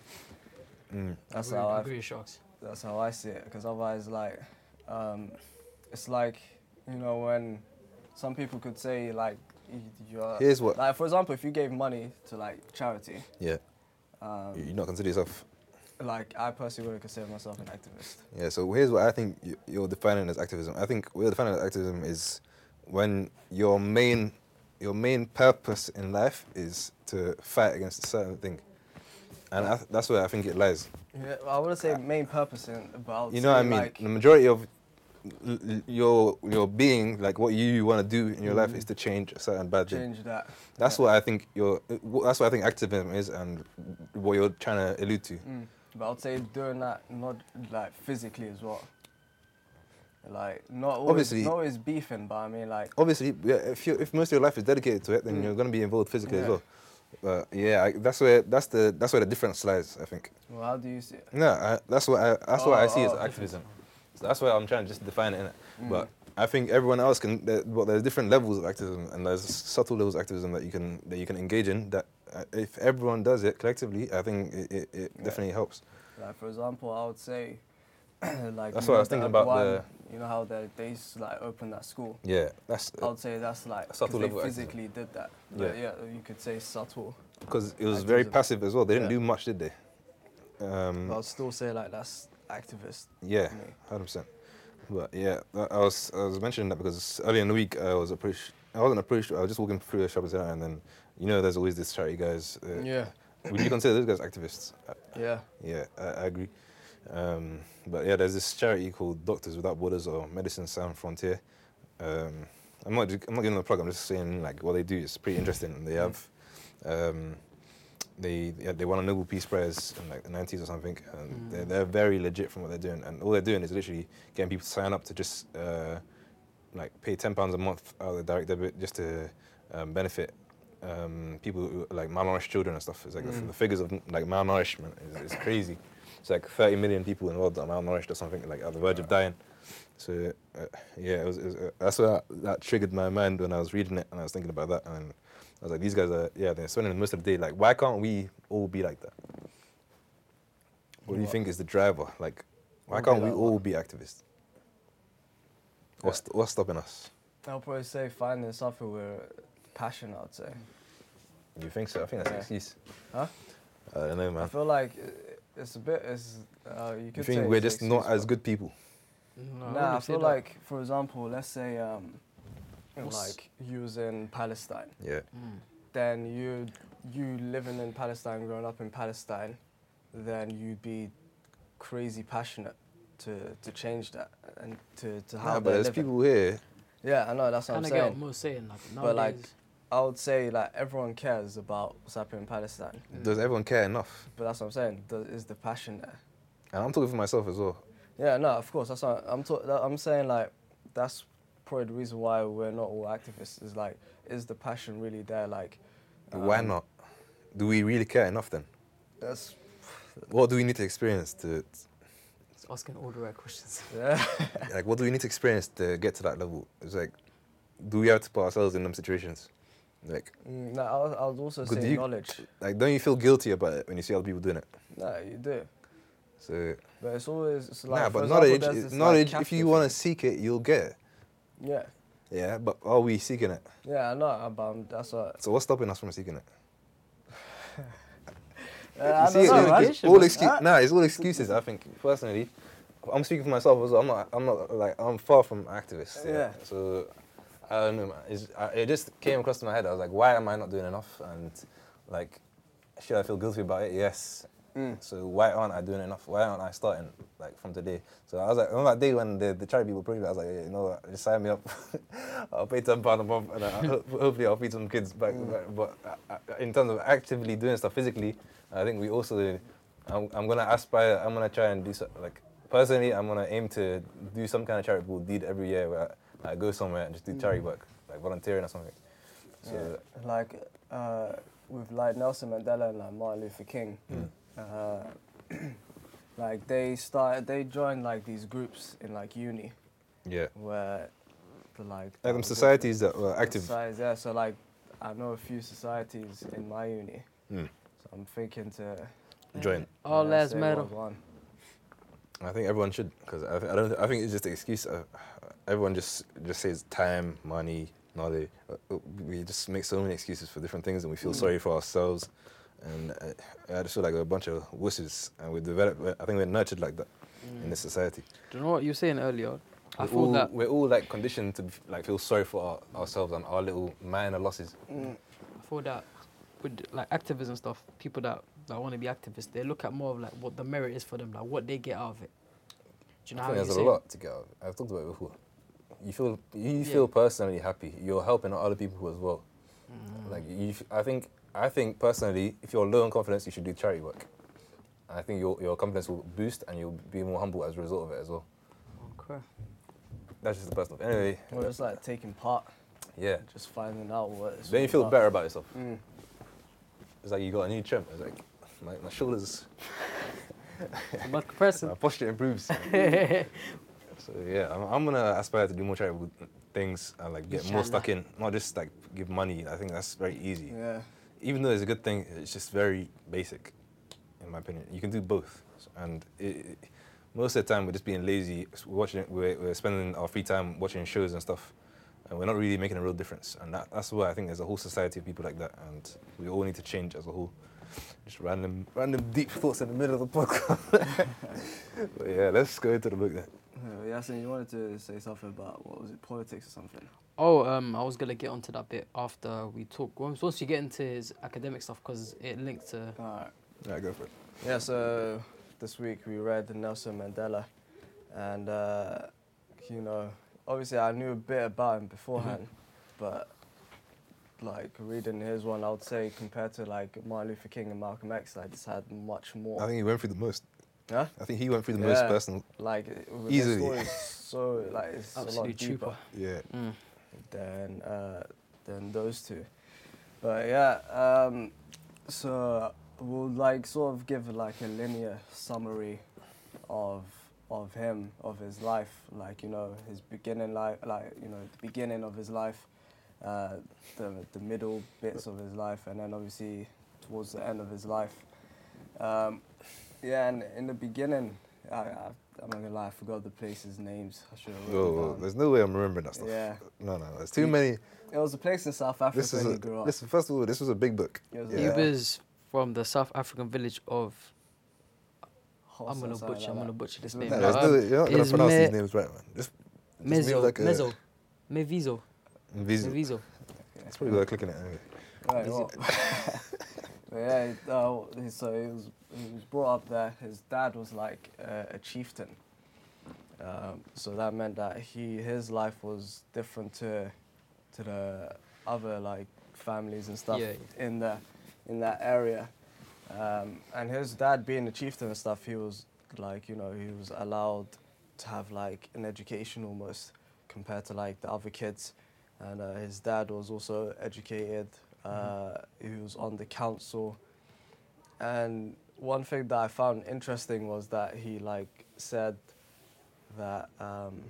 S4: That's
S6: agree,
S4: how I
S6: agree, sharks.
S4: that's how I see it. Because otherwise, like, um, it's like you know when some people could say like y- you're.
S5: Here's what-
S4: Like for example, if you gave money to like charity,
S5: Yeah,
S4: Um,
S5: you're not consider yourself.
S4: like I personally wouldn't consider myself an activist.
S5: Yeah. So here's what I think you- you're defining as activism. I think we're defining as activism is when your main your main purpose in life is to fight against a certain thing, and I, th- that's where I think it lies.
S4: Yeah, I wouldn't say main purpose in, but I would
S5: you know what
S4: say,
S5: I mean.
S4: Like,
S5: the majority of l- l- your your being, like what you want to do in your life, is to change a certain bad thing.
S4: Mm-hmm. change that.
S5: That's what I think your wh- that's what I think activism is, and what you're trying to allude to.
S4: But I'd say doing that not like physically as well. Like not always,
S5: Obviously- Oh.
S4: not always beefing, but I mean like
S5: Obviously, yeah, if you if most of your life is dedicated to it, then you're going to be involved physically as
S4: Mm. Yeah.
S5: well. But yeah, I, that's where that's the that's where the difference lies. I think.
S4: well, how do you see it?
S5: No, I, that's what I, that's what I
S4: Oh,
S5: see as
S4: oh. Mm.
S5: activism. So that's why I'm trying to just define it. Innit? But I think everyone else can. There, well, there's different levels of activism, and there's subtle levels of activism that you can that you can engage in. That uh, if everyone does it collectively, I think it, it, it definitely helps.
S4: Like for example, I would say, like
S5: That's
S4: you
S5: what I
S4: know,
S5: was
S4: the
S5: thinking about
S4: Agwan,
S5: the-
S4: You know how they they used to like open that school.
S5: Yeah, that's uh,
S4: I would say that's like 'cause
S5: subtle
S4: they
S5: level activism.
S4: physically did that. But
S5: Yeah.
S4: yeah, you could say subtle.
S5: because it was very
S4: activism.
S5: passive as well. They didn't
S4: Yeah.
S5: do much, did they? Mm.
S4: But I'd still say like that's activist.
S5: Yeah,
S4: to me.
S5: hundred percent. But yeah, I I was I was mentioning that because earlier in the week I was approached. I wasn't approached. I was just walking through a shopping center, and then you know, there's always this charity guys. Uh,
S4: Yeah.
S5: Would you consider those guys activists? Uh,
S4: Yeah.
S5: Yeah, I, I agree. Um, but yeah, there's this charity called Doctors Without Borders or Medicine Sans Frontier. Um, I'm not. ju- I'm not giving them a plug. I'm just saying like what they do is pretty interesting. And They have. Um, they yeah, they won a Nobel Peace Prize in like the 90s or something, and they're, they're very legit from what they're doing. And all they're doing is literally getting people to sign up to just uh, like pay 10 pounds a month out of the direct debit just to um, benefit um, people who, like malnourished children and stuff. It's like the, the figures of like malnourishment is, is crazy. It's like 30 million people in the world that are malnourished or something like at the verge of dying. So uh, yeah, it was, it was, uh, that's what that triggered my mind when I was reading it and I was thinking about that and I was like, these guys are yeah, they're spending most of the day like, why can't we all be like that? What do you think is the driver? Like, why
S4: All be
S5: can't we
S4: like
S5: all be activists? What's, what's stopping us?
S4: I'll probably say finding something with passion. I'd say.
S5: You think so? I think that's an
S4: Yeah.
S5: excuse.
S4: Huh?
S5: I don't know,
S4: I
S5: man.
S4: feel like uh, it's a bit. It's uh, you could
S5: You
S4: say
S5: think we're
S4: it's an
S5: just not
S4: excuse,
S5: as
S4: but-
S5: good people?
S6: No,
S4: Nah, I
S6: wouldn't say
S4: feel
S6: that.
S4: like, for example, let's say, um,
S6: What's-
S4: like you was in Palestine,
S5: Yeah.
S4: then you you living in Palestine, growing up in Palestine, then you'd be crazy passionate to, to change that and to, to how
S5: Nah, but
S4: they're
S5: there's
S4: living.
S5: people here.
S4: Yeah, I know. That's what
S6: Kind
S4: I'm
S6: of get what
S4: saying.
S6: Mo's saying. Like,
S4: But, like,
S6: nowadays-
S4: I would say like everyone cares about what's happening in Palestine,
S5: Does everyone care enough?
S4: but that's what I'm saying. There is the passion there?
S5: And I'm talking for myself as well.
S4: Yeah, no, of course. That's not, I'm ta- that- I'm saying like that's probably the reason why we're not all activists. Is like, is the passion really there? Like,
S5: Why
S4: um,
S5: not? Do we really care enough then?
S4: That's
S5: What do we need to experience to,
S6: it's asking all the right questions.
S4: yeah.
S5: like, what do we need to experience to get to that level? It's like, do we have to put ourselves in them situations? Like,
S4: Mm, no, I was, I was also
S5: Good, do
S4: saying
S5: you-
S4: knowledge.
S5: like, don't you feel guilty about it when you see other people doing it?
S4: No, you do.
S5: So,
S4: But it's always it's like
S5: nah,
S4: for
S5: but
S4: example,
S5: knowledge,
S4: there's
S5: is-
S4: this, like,
S5: knowledge. if you
S4: capital
S5: want to
S4: thing.
S5: seek it, you'll get it.
S4: Yeah,
S5: Yeah, but are we seeking it?
S4: yeah, I know. uh, But I'm, that's what.
S5: So what's stopping us from seeking it?
S4: Uh,
S5: You
S4: I
S5: see,
S4: don't know,
S5: it's
S4: man.
S5: ex- all
S4: Huh?
S5: excu- nah, it's all excuses. I think personally, I'm speaking for myself as well. I'm not, I'm not like I'm far from activist.
S4: Yeah.
S5: So I don't know. Man. It's, I, it just came across to my head. I was like, why am I not doing enough? And like, should I feel guilty about it? Yes. So why aren't I doing enough? Why aren't I starting like from today? So I was like, on that day when the, the charity people prayed, I was like, yeah, you know, what, just sign me up. I'll pay ten pound a month, and I, ho- hopefully I'll feed some kids back. But, but I, I, in terms of actively doing stuff physically, I think we also, I'm, I'm gonna aspire. I'm gonna try and do so, like personally. I'm gonna aim to do some kind of charitable deed every year where I, I go somewhere and just do charity work, like volunteering or something. So
S4: like uh, with like Nelson Mandela and like Martin Luther King,
S5: Hmm.
S4: uh, like they started, they joined like these groups in like uni
S5: yeah.
S4: where the like
S5: Like them societies that were active.
S4: societies, yeah. So like I know a few societies in my uni,
S5: Mm.
S4: so I'm thinking to
S5: Join.
S6: All
S4: yeah,
S6: lives
S4: say
S6: matter.
S4: what one.
S5: I think everyone should because I, th- I don't. I think it's just an excuse. Uh, everyone just just says time, money, knowledge. Uh, uh, we just make so many excuses for different things, and we feel sorry for ourselves. And uh, I, I just feel like we're a bunch of wusses, and we develop. we're- I think we're nurtured like that in this society.
S6: Do you know what you were saying earlier? I
S5: we're
S6: feel
S5: all,
S6: that
S5: we're all like conditioned to like feel sorry for our, ourselves and our little minor losses.
S6: Mm. I feel that with like activism stuff, people that, that want to be activists, they look at more of like what the merit is for them, like what they get out of it. Do you know
S5: I
S6: how Ah,
S5: think
S6: you
S5: there's a
S6: say?
S5: lot to get out. of it. I've talked about it before. You feel you
S6: Yeah.
S5: feel personally happy. You're helping other people as well.
S6: Mm.
S5: Like you, f- I think I think personally, if you're low on confidence, you should do charity work. I think your your confidence will boost and you'll be more humble as a result of it as well.
S6: Okay.
S5: That's just the personal. Anyway,
S4: Or just like taking part,
S5: yeah.
S4: just finding out what. it's
S5: Then
S4: all
S5: you feel
S4: about.
S5: better about yourself.
S4: Mm.
S5: It's like you got a new trim. It's like my, my shoulders,
S6: I'm not
S5: my
S6: compressing.
S5: posture improves. So yeah, I'm, I'm gonna aspire to do more charitable things and like get more
S6: Inshallah.
S5: stuck in, not just like give money. I think that's very easy.
S4: Yeah.
S5: Even though it's a good thing, it's just very basic, in my opinion. You can do both, and it, it, most of the time we're just being lazy. s- We're watching, we're, we're spending our free time watching shows and stuff, and we're not really making a real difference. And that, that's why I think there's a whole society of people like that, and we all need to change as a whole. Just random, random deep thoughts in the middle of the podcast. but yeah, let's go into the book then.
S4: Yeah, Yasin, you wanted to say something about what was it, politics or something?
S6: Oh, um, I was gonna get onto that bit after we talk. Once once you get into his academic stuff, because it linked to.
S4: All right.
S5: Yeah, go for it.
S4: Yeah, so this week we read Nelson Mandela, and uh, you know, obviously I knew a bit about him beforehand, but like reading his one, I would say compared to like Martin Luther King and Malcolm X, I just had much more.
S5: I think he went through the most.
S4: Huh?
S5: I think he went through the most
S4: Yeah.
S5: personal.
S4: Like it- with
S5: Easily.
S4: his story, so like it's a lot
S6: Absolute
S4: deeper
S6: trooper.
S5: Yeah.
S6: Mm.
S4: than uh, than those two. But yeah, um, so we'll like sort of give like a linear summary of of him, of his life, like you know his beginning life, like you know the beginning of his life, uh, the the middle bits of his life, and then obviously towards the end of his life. Um, yeah, and in the beginning, I, I, I'm not gonna lie, I forgot the places' names. I should have.
S5: Whoa, whoa, there's no way I'm remembering that stuff.
S4: Yeah.
S5: No, no, there's too many.
S4: It was a place in South Africa
S5: This is
S4: when
S5: a,
S4: he grew up.
S5: listen. First of all, this was a big book.
S4: It was a
S6: He
S4: Yeah.
S6: was from the South African village of.
S4: Hot
S6: I'm gonna
S4: sun, something
S6: butcher.
S4: like
S6: I'm
S4: that.
S6: gonna butcher this
S4: It's
S6: name.
S5: No,
S4: Yeah.
S5: there's
S6: Um,
S5: no way, you're not gonna
S6: is
S5: pronounce these
S6: Me-
S5: names right, man. This, this
S6: Mezzo,
S5: means like a-
S6: Mezzo, Mevizo,
S5: Mvizu.
S6: Mevizo.
S5: It's probably worth clicking it anyway.
S4: Right, well, but yeah, it, uh, he- so he was, he was brought up there. His dad was like uh, a chieftain, Um, so that meant that he his life was different to to the other like families and stuff
S6: Yeah.
S4: in the in that area. Um, and his dad being the chieftain and stuff, he was like you know he was allowed to have like an education almost compared to like the other kids. And uh, his dad was also educated. Uh, He was on the council. And one thing that I found interesting was that he like said that um,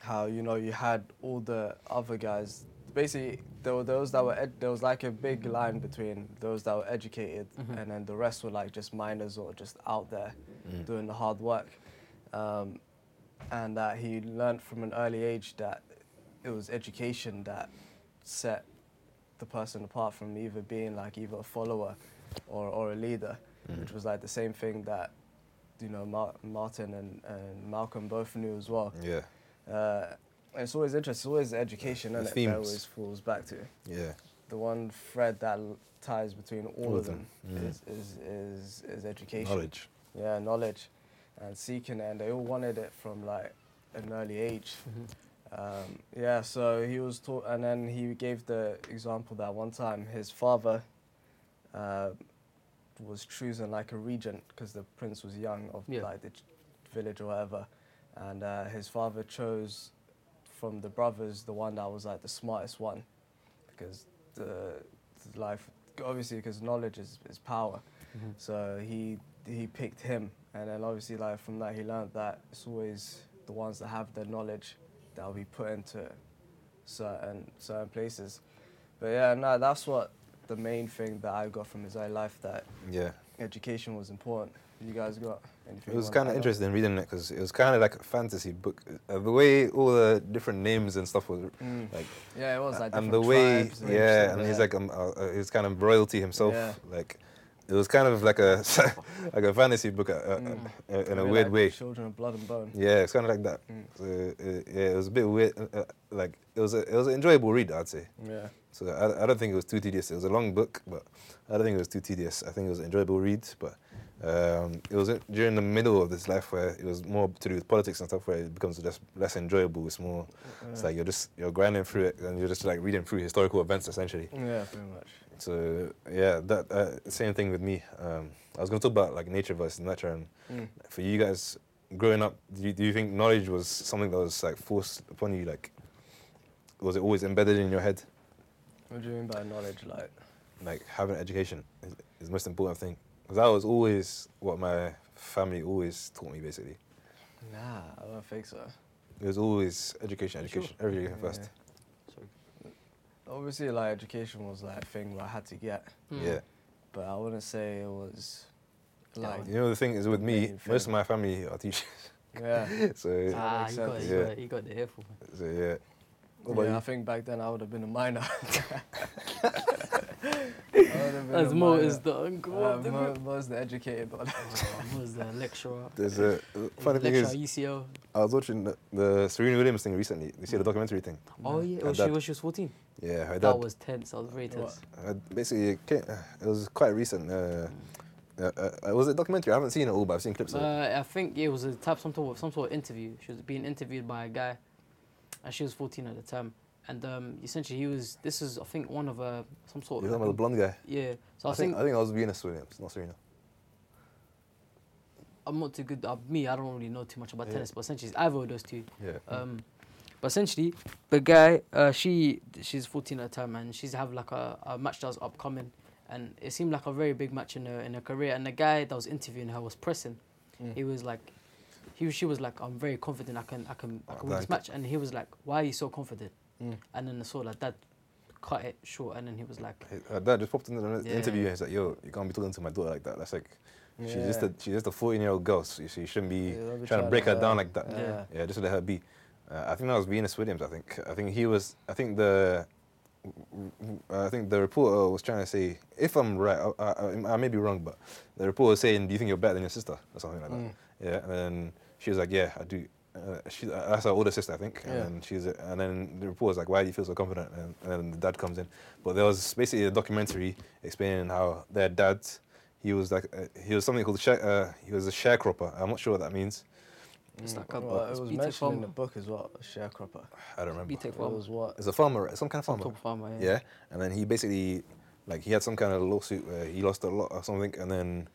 S4: how you know you had all the other guys. Basically, there were those that were ed- there was like a big line between those that were educated and then the rest were like just minors or just out there doing the hard work, um, and that he learned from an early age that it was education that set the person apart from either being like either a follower or, or a leader, which was like the same thing that you know Mar- Martin and, and Malcolm both knew as well.
S5: Yeah.
S4: Uh, and it's always interesting. It's always education,
S5: The
S4: and it
S5: themes.
S4: that always falls back to
S5: Yeah.
S4: the one thread that l- ties between all, of them, Mm. is, is, is is education.
S5: Knowledge.
S4: Yeah, knowledge, and seeking it, and they all wanted it from like an early age. Um, yeah, so he was taught, and then he gave the example that one time his father uh, was choosing like a regent because the prince was young of
S6: Yeah.
S4: like the ch- village or whatever, and uh, his father chose from the brothers the one that was like the smartest one because the, the life obviously because knowledge is, is power so he he picked him and then obviously like from that he learned that it's always the ones that have the knowledge that will be put into certain certain places but yeah no that's what the main thing that i got from his own life that
S5: Yeah.
S4: education was important you guys got anything
S5: It
S4: you
S5: was
S4: wanna
S5: kind
S4: add
S5: of
S4: on?
S5: interesting reading it because it was kind of like a fantasy book. Uh, the way all the different names and stuff were
S4: Mm.
S5: like,
S4: yeah it was like
S5: and the
S4: different
S5: way,
S4: tribes and
S5: yeah,
S4: everything,
S5: and he's like, um, uh, uh, he was kind of royalty himself.
S4: Yeah.
S5: Like, it was kind of like a like a fantasy book uh, uh,
S4: Mm.
S5: uh, in a
S4: Maybe
S5: weird
S4: like
S5: way.
S4: children of blood and bone
S5: Yeah, it's kind of like that.
S4: Mm.
S5: So, uh, yeah, it was a bit weird. uh, Uh, like, it was a, it was an enjoyable read, I'd say.
S4: yeah
S5: So I, I don't think it was too tedious. It was a long book, but I don't think it was too tedious. I think it was an enjoyable read, but um, it was during the middle of this life where it was more to do with politics and stuff, where it becomes just less enjoyable. It's more, it's like you're just you're grinding through it and you're just like reading through historical events essentially.
S4: yeah pretty much
S5: So yeah, that uh, same thing with me. Um, I was gonna talk about like nature versus nurture, and
S4: Mm.
S5: for you guys growing up, do you, do you think knowledge was something that was like forced upon you? Like, was it always embedded in your head?
S4: What do you mean by knowledge? Like,
S5: like having education is, is the most important thing because that was always what my family always taught me basically
S4: nah, I don't think so.
S5: it was always education education education
S4: Yeah.
S5: first
S6: Sorry.
S4: Obviously, like education was like a thing that I had to get,
S6: Mm.
S5: yeah
S4: but I wouldn't say it was
S6: Yeah,
S4: like
S5: you know the thing is with me
S4: Main thing.
S5: most of my family are teachers
S4: yeah.
S5: so,
S6: Ah,
S4: makes
S6: you got,
S4: sense.
S6: you,
S5: Yeah.
S6: got, you got the earful.
S5: so yeah What about
S4: Yeah,
S5: you?
S4: I think back then I would have been a minor. I would have been
S6: As
S4: a
S6: Mo
S4: minor.
S6: is the uncle
S4: Uh,
S6: of the
S4: Mo,
S6: group.
S4: Mo's the educated one.
S6: Mo is the lecturer.
S5: there's a funny thing
S6: lecturer at E
S5: is Mm.
S6: UCL.
S5: I was watching the, the Serena Williams thing recently. You see the documentary thing?
S6: Oh yeah,
S5: Her
S6: oh, she,
S5: dad.
S6: when she was 14.
S5: Yeah, her dad.
S6: That was tense. I was very
S4: What?
S6: tense.
S5: Uh, basically, it, came, it was quite recent. Uh, uh, uh, uh, was it a documentary? I haven't seen it all, but I've seen clips of it.
S6: Uh, I think yeah, it was a type some sort of some sort of interview. She was being interviewed by a guy, and she was 14 at the time. And um, essentially, he was. This is I think one of uh, some sort
S5: You're
S6: of
S5: talking about the blonde guy.
S6: yeah. So
S5: I,
S6: I,
S5: think,
S6: think,
S5: I think that was Venus Williams, not Serena.
S6: I'm not too good. Uh, me, I don't really know too much about
S5: Yeah.
S6: tennis, but essentially, it's either of those two.
S5: Yeah.
S6: Um, but essentially, the guy, uh, she, she's 14 at the time, and she's have like a, a match that was upcoming, and it seemed like a very big match in her in her career. And the guy that was interviewing her was pressing. He was like, he was- she was like, I'm very confident. I can I can I can win this
S5: Like-
S6: match. And he was like, Why are you so confident? And then I saw like that cut it short, and then he was like,
S5: Her dad just popped into the
S6: Yeah.
S5: interview and he's like, "Yo, you can't be talking to my daughter like that. That's like, she's just
S4: Yeah.
S5: a she's just a 14 year old girl. So she shouldn't be
S4: Yeah, don't be
S5: trying to
S4: trying
S5: break
S4: to,
S5: her down
S4: uh,
S5: like that.
S4: yeah.
S5: yeah, just let her be." Uh, I think that was Venus Williams. I think. I think he was. I think the. I think the reporter was trying to say, if I'm right, I, I, I may be wrong, but the reporter was saying, "Do you think you're better than your sister?" or something like that. Yeah, and then she was like, "Yeah, I do." Uh, she, uh, that's her older sister, I think. And
S4: Yeah.
S5: then she's, and then the reporter's like, "Why do you feel so confident?" And, and then the dad comes in. But there was basically a documentary explaining how their dad, he was like, uh, he was something called, share, uh, he was a sharecropper. I'm not sure what that means.
S6: It's like a
S4: Well,
S6: it's
S4: it was
S6: BT
S4: mentioned in
S6: farmer.
S4: the book as well, a sharecropper.
S5: I don't remember.
S6: BT
S4: It
S6: farmer.
S4: was what?
S5: It's a farmer, right? Some kind of farmer.
S6: Top farmer.
S5: yeah. And then he basically, like, he had some kind of lawsuit where he lost a lot or something, and then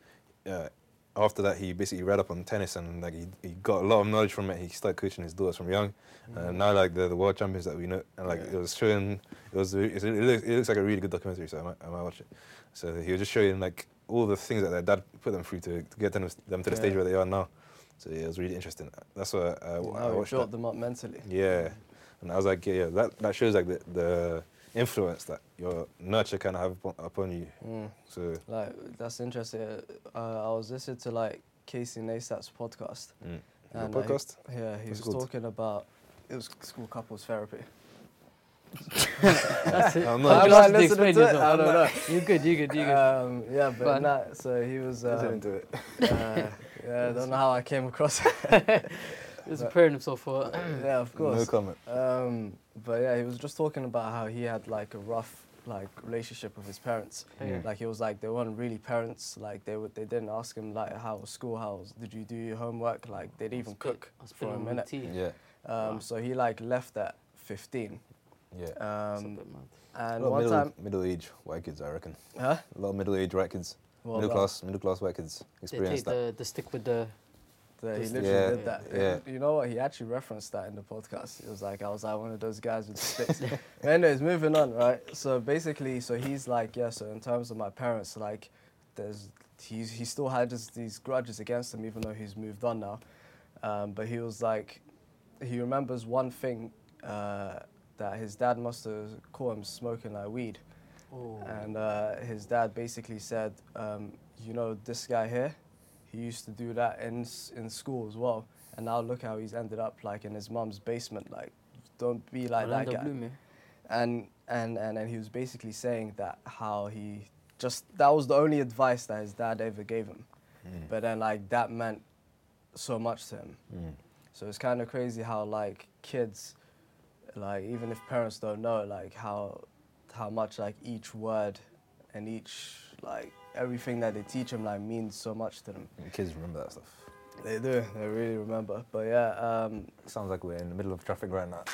S5: uh, after that, he basically read up on tennis and like he, he got a lot of knowledge from it. He started coaching his daughters from young, and now like they're the world champions that we know. And like it was showing, it was it's- it looks, it looks like a really good documentary, so I might, I might watch it. So he was just showing like all the things that their dad put them through to, to get them, them to the stage
S4: Yeah.
S5: where they are now. So yeah, it was really interesting. That's why I, I,
S4: How it
S5: watched
S4: built
S5: that.
S4: them up mentally.
S5: Yeah, and I was like, yeah, yeah, that, that shows like the, the influence that your nurture can have upon, upon you.
S4: Mm.
S5: So
S4: Like that's interesting. Uh, I was listening to like Casey Neistat's podcast.
S5: mm. the
S4: and, like,
S5: podcast,
S4: yeah, he was
S5: What's it called?
S4: talking about it was school couples therapy.
S6: That's it.
S5: I'm
S6: I'm
S5: not-
S6: not,
S5: I'm
S4: not
S6: to
S4: listening
S6: explain
S4: to it,
S6: yourself.
S4: I don't know.
S6: You're good. You're good. You're good.
S4: Um, yeah, but,
S6: But-
S4: nah, so he was. Um,
S5: into it.
S4: uh, yeah, I don't know how I came across it.
S6: He's preparing himself for.
S4: yeah, of course.
S5: No comment.
S4: Um, but yeah, he was just talking about how he had like a rough like relationship with his parents.
S6: Oh,
S5: Yeah.
S4: Like he was like they weren't really parents. Like they would they didn't ask him like how was school, how was, did you do your homework? Like they'd even cook
S6: I was
S4: for a
S6: on my
S4: minute.
S6: tea.
S5: Yeah,
S4: Um, so he like left at 15.
S5: yeah.
S6: It's a
S4: Um,
S6: bit mad.
S5: a
S4: and
S5: lot
S4: one
S5: of
S4: time,
S5: middle, middle age white kids, I reckon.
S4: huh?
S5: A lot of middle aged white kids,
S4: Well,
S5: middle
S4: that-
S5: class, middle class white kids
S6: They
S5: experience
S6: take
S5: that.
S6: the, the stick with the.
S4: that he
S6: Just-
S4: literally
S5: Yeah,
S4: did that.
S5: yeah.
S4: You know what? He actually referenced that in the podcast. It was like I was like one of those guys with the sticks. but anyways, moving on, right? So basically, so he's like, yeah. So in terms of my parents, like, there's he's he still had just these grudges against them, even though he's moved on now. Um, but he was like, he remembers one thing uh, that his dad must have caught him smoking like weed.
S6: Oh.
S4: And uh, his dad basically said, um, you know, this guy here, he used to do that in s- in school as well, and now look how he's ended up like in his mum's basement. Like, don't be like
S6: Orlando
S4: that guy.
S6: Bloom, yeah.
S4: And and and and he was basically saying that how he just that was the only advice that his dad ever gave him, but then like that meant so much to him. So it's kind of crazy how like kids, like even if parents don't know, like how how much like each word and each like everything that they teach them like means so much to them.
S5: Kids remember that stuff.
S4: They do. They really remember. But yeah, um,
S5: Sounds like we're in the middle of traffic right now.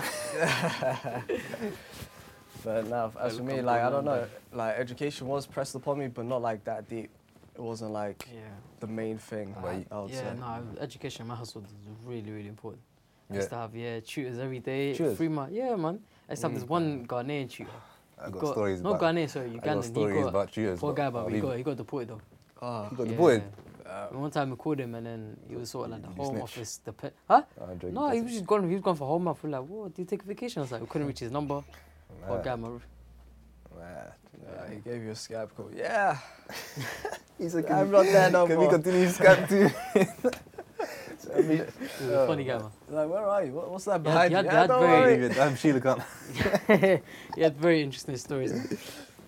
S4: but now as
S6: They'll
S4: for me,
S6: come
S4: like I
S6: along
S4: don't know,
S6: then.
S4: like education was pressed upon me, but not like that deep. It wasn't like
S6: Yeah.
S4: the main thing.
S5: Well, you-
S4: I would
S6: Yeah,
S4: say.
S6: no, education in my household is really, really important. I
S5: Yeah.
S6: used to have, yeah, tutors every day.
S5: Tutors? Mm.
S6: Free month. Yeah, man. I used to have this one Ghanaian tutor.
S5: I
S6: He
S5: got, stories.
S6: Not
S5: about,
S6: Ghanaian, sorry,
S5: I
S6: Ugandan.
S5: got stories
S6: he got,
S5: about you as
S6: Poor
S5: well.
S6: guy,
S5: I'll
S6: but he
S5: leave
S6: got,
S5: it.
S6: he got deported though.
S4: Ah,
S5: You got deported.
S6: And one time we called him and then he was sort of like the
S5: You
S6: home
S5: snitch.
S6: office. The pe- huh?
S5: I'm joking,
S6: No, he
S5: that's
S6: was
S5: it.
S6: just gone. He was gone for a whole month. We're like, what? Did you take vacation? I was like, we couldn't reach his number. Poor
S5: Nah,
S6: guy, man.
S5: nah.
S4: yeah, he gave you a Skype call. Yeah.
S5: He's like,
S4: I'm not there no
S5: Can we
S4: more."
S5: continue Skype too?
S6: He was
S5: Oh,
S6: a funny guy, man.
S4: Like where are you? What, what's that
S6: Yeah,
S4: behind
S6: yeah,
S4: you?
S6: yeah,
S4: don't
S6: very-
S4: worry.
S5: Leave it. I'm Sheila Khan.
S6: he had very interesting stories.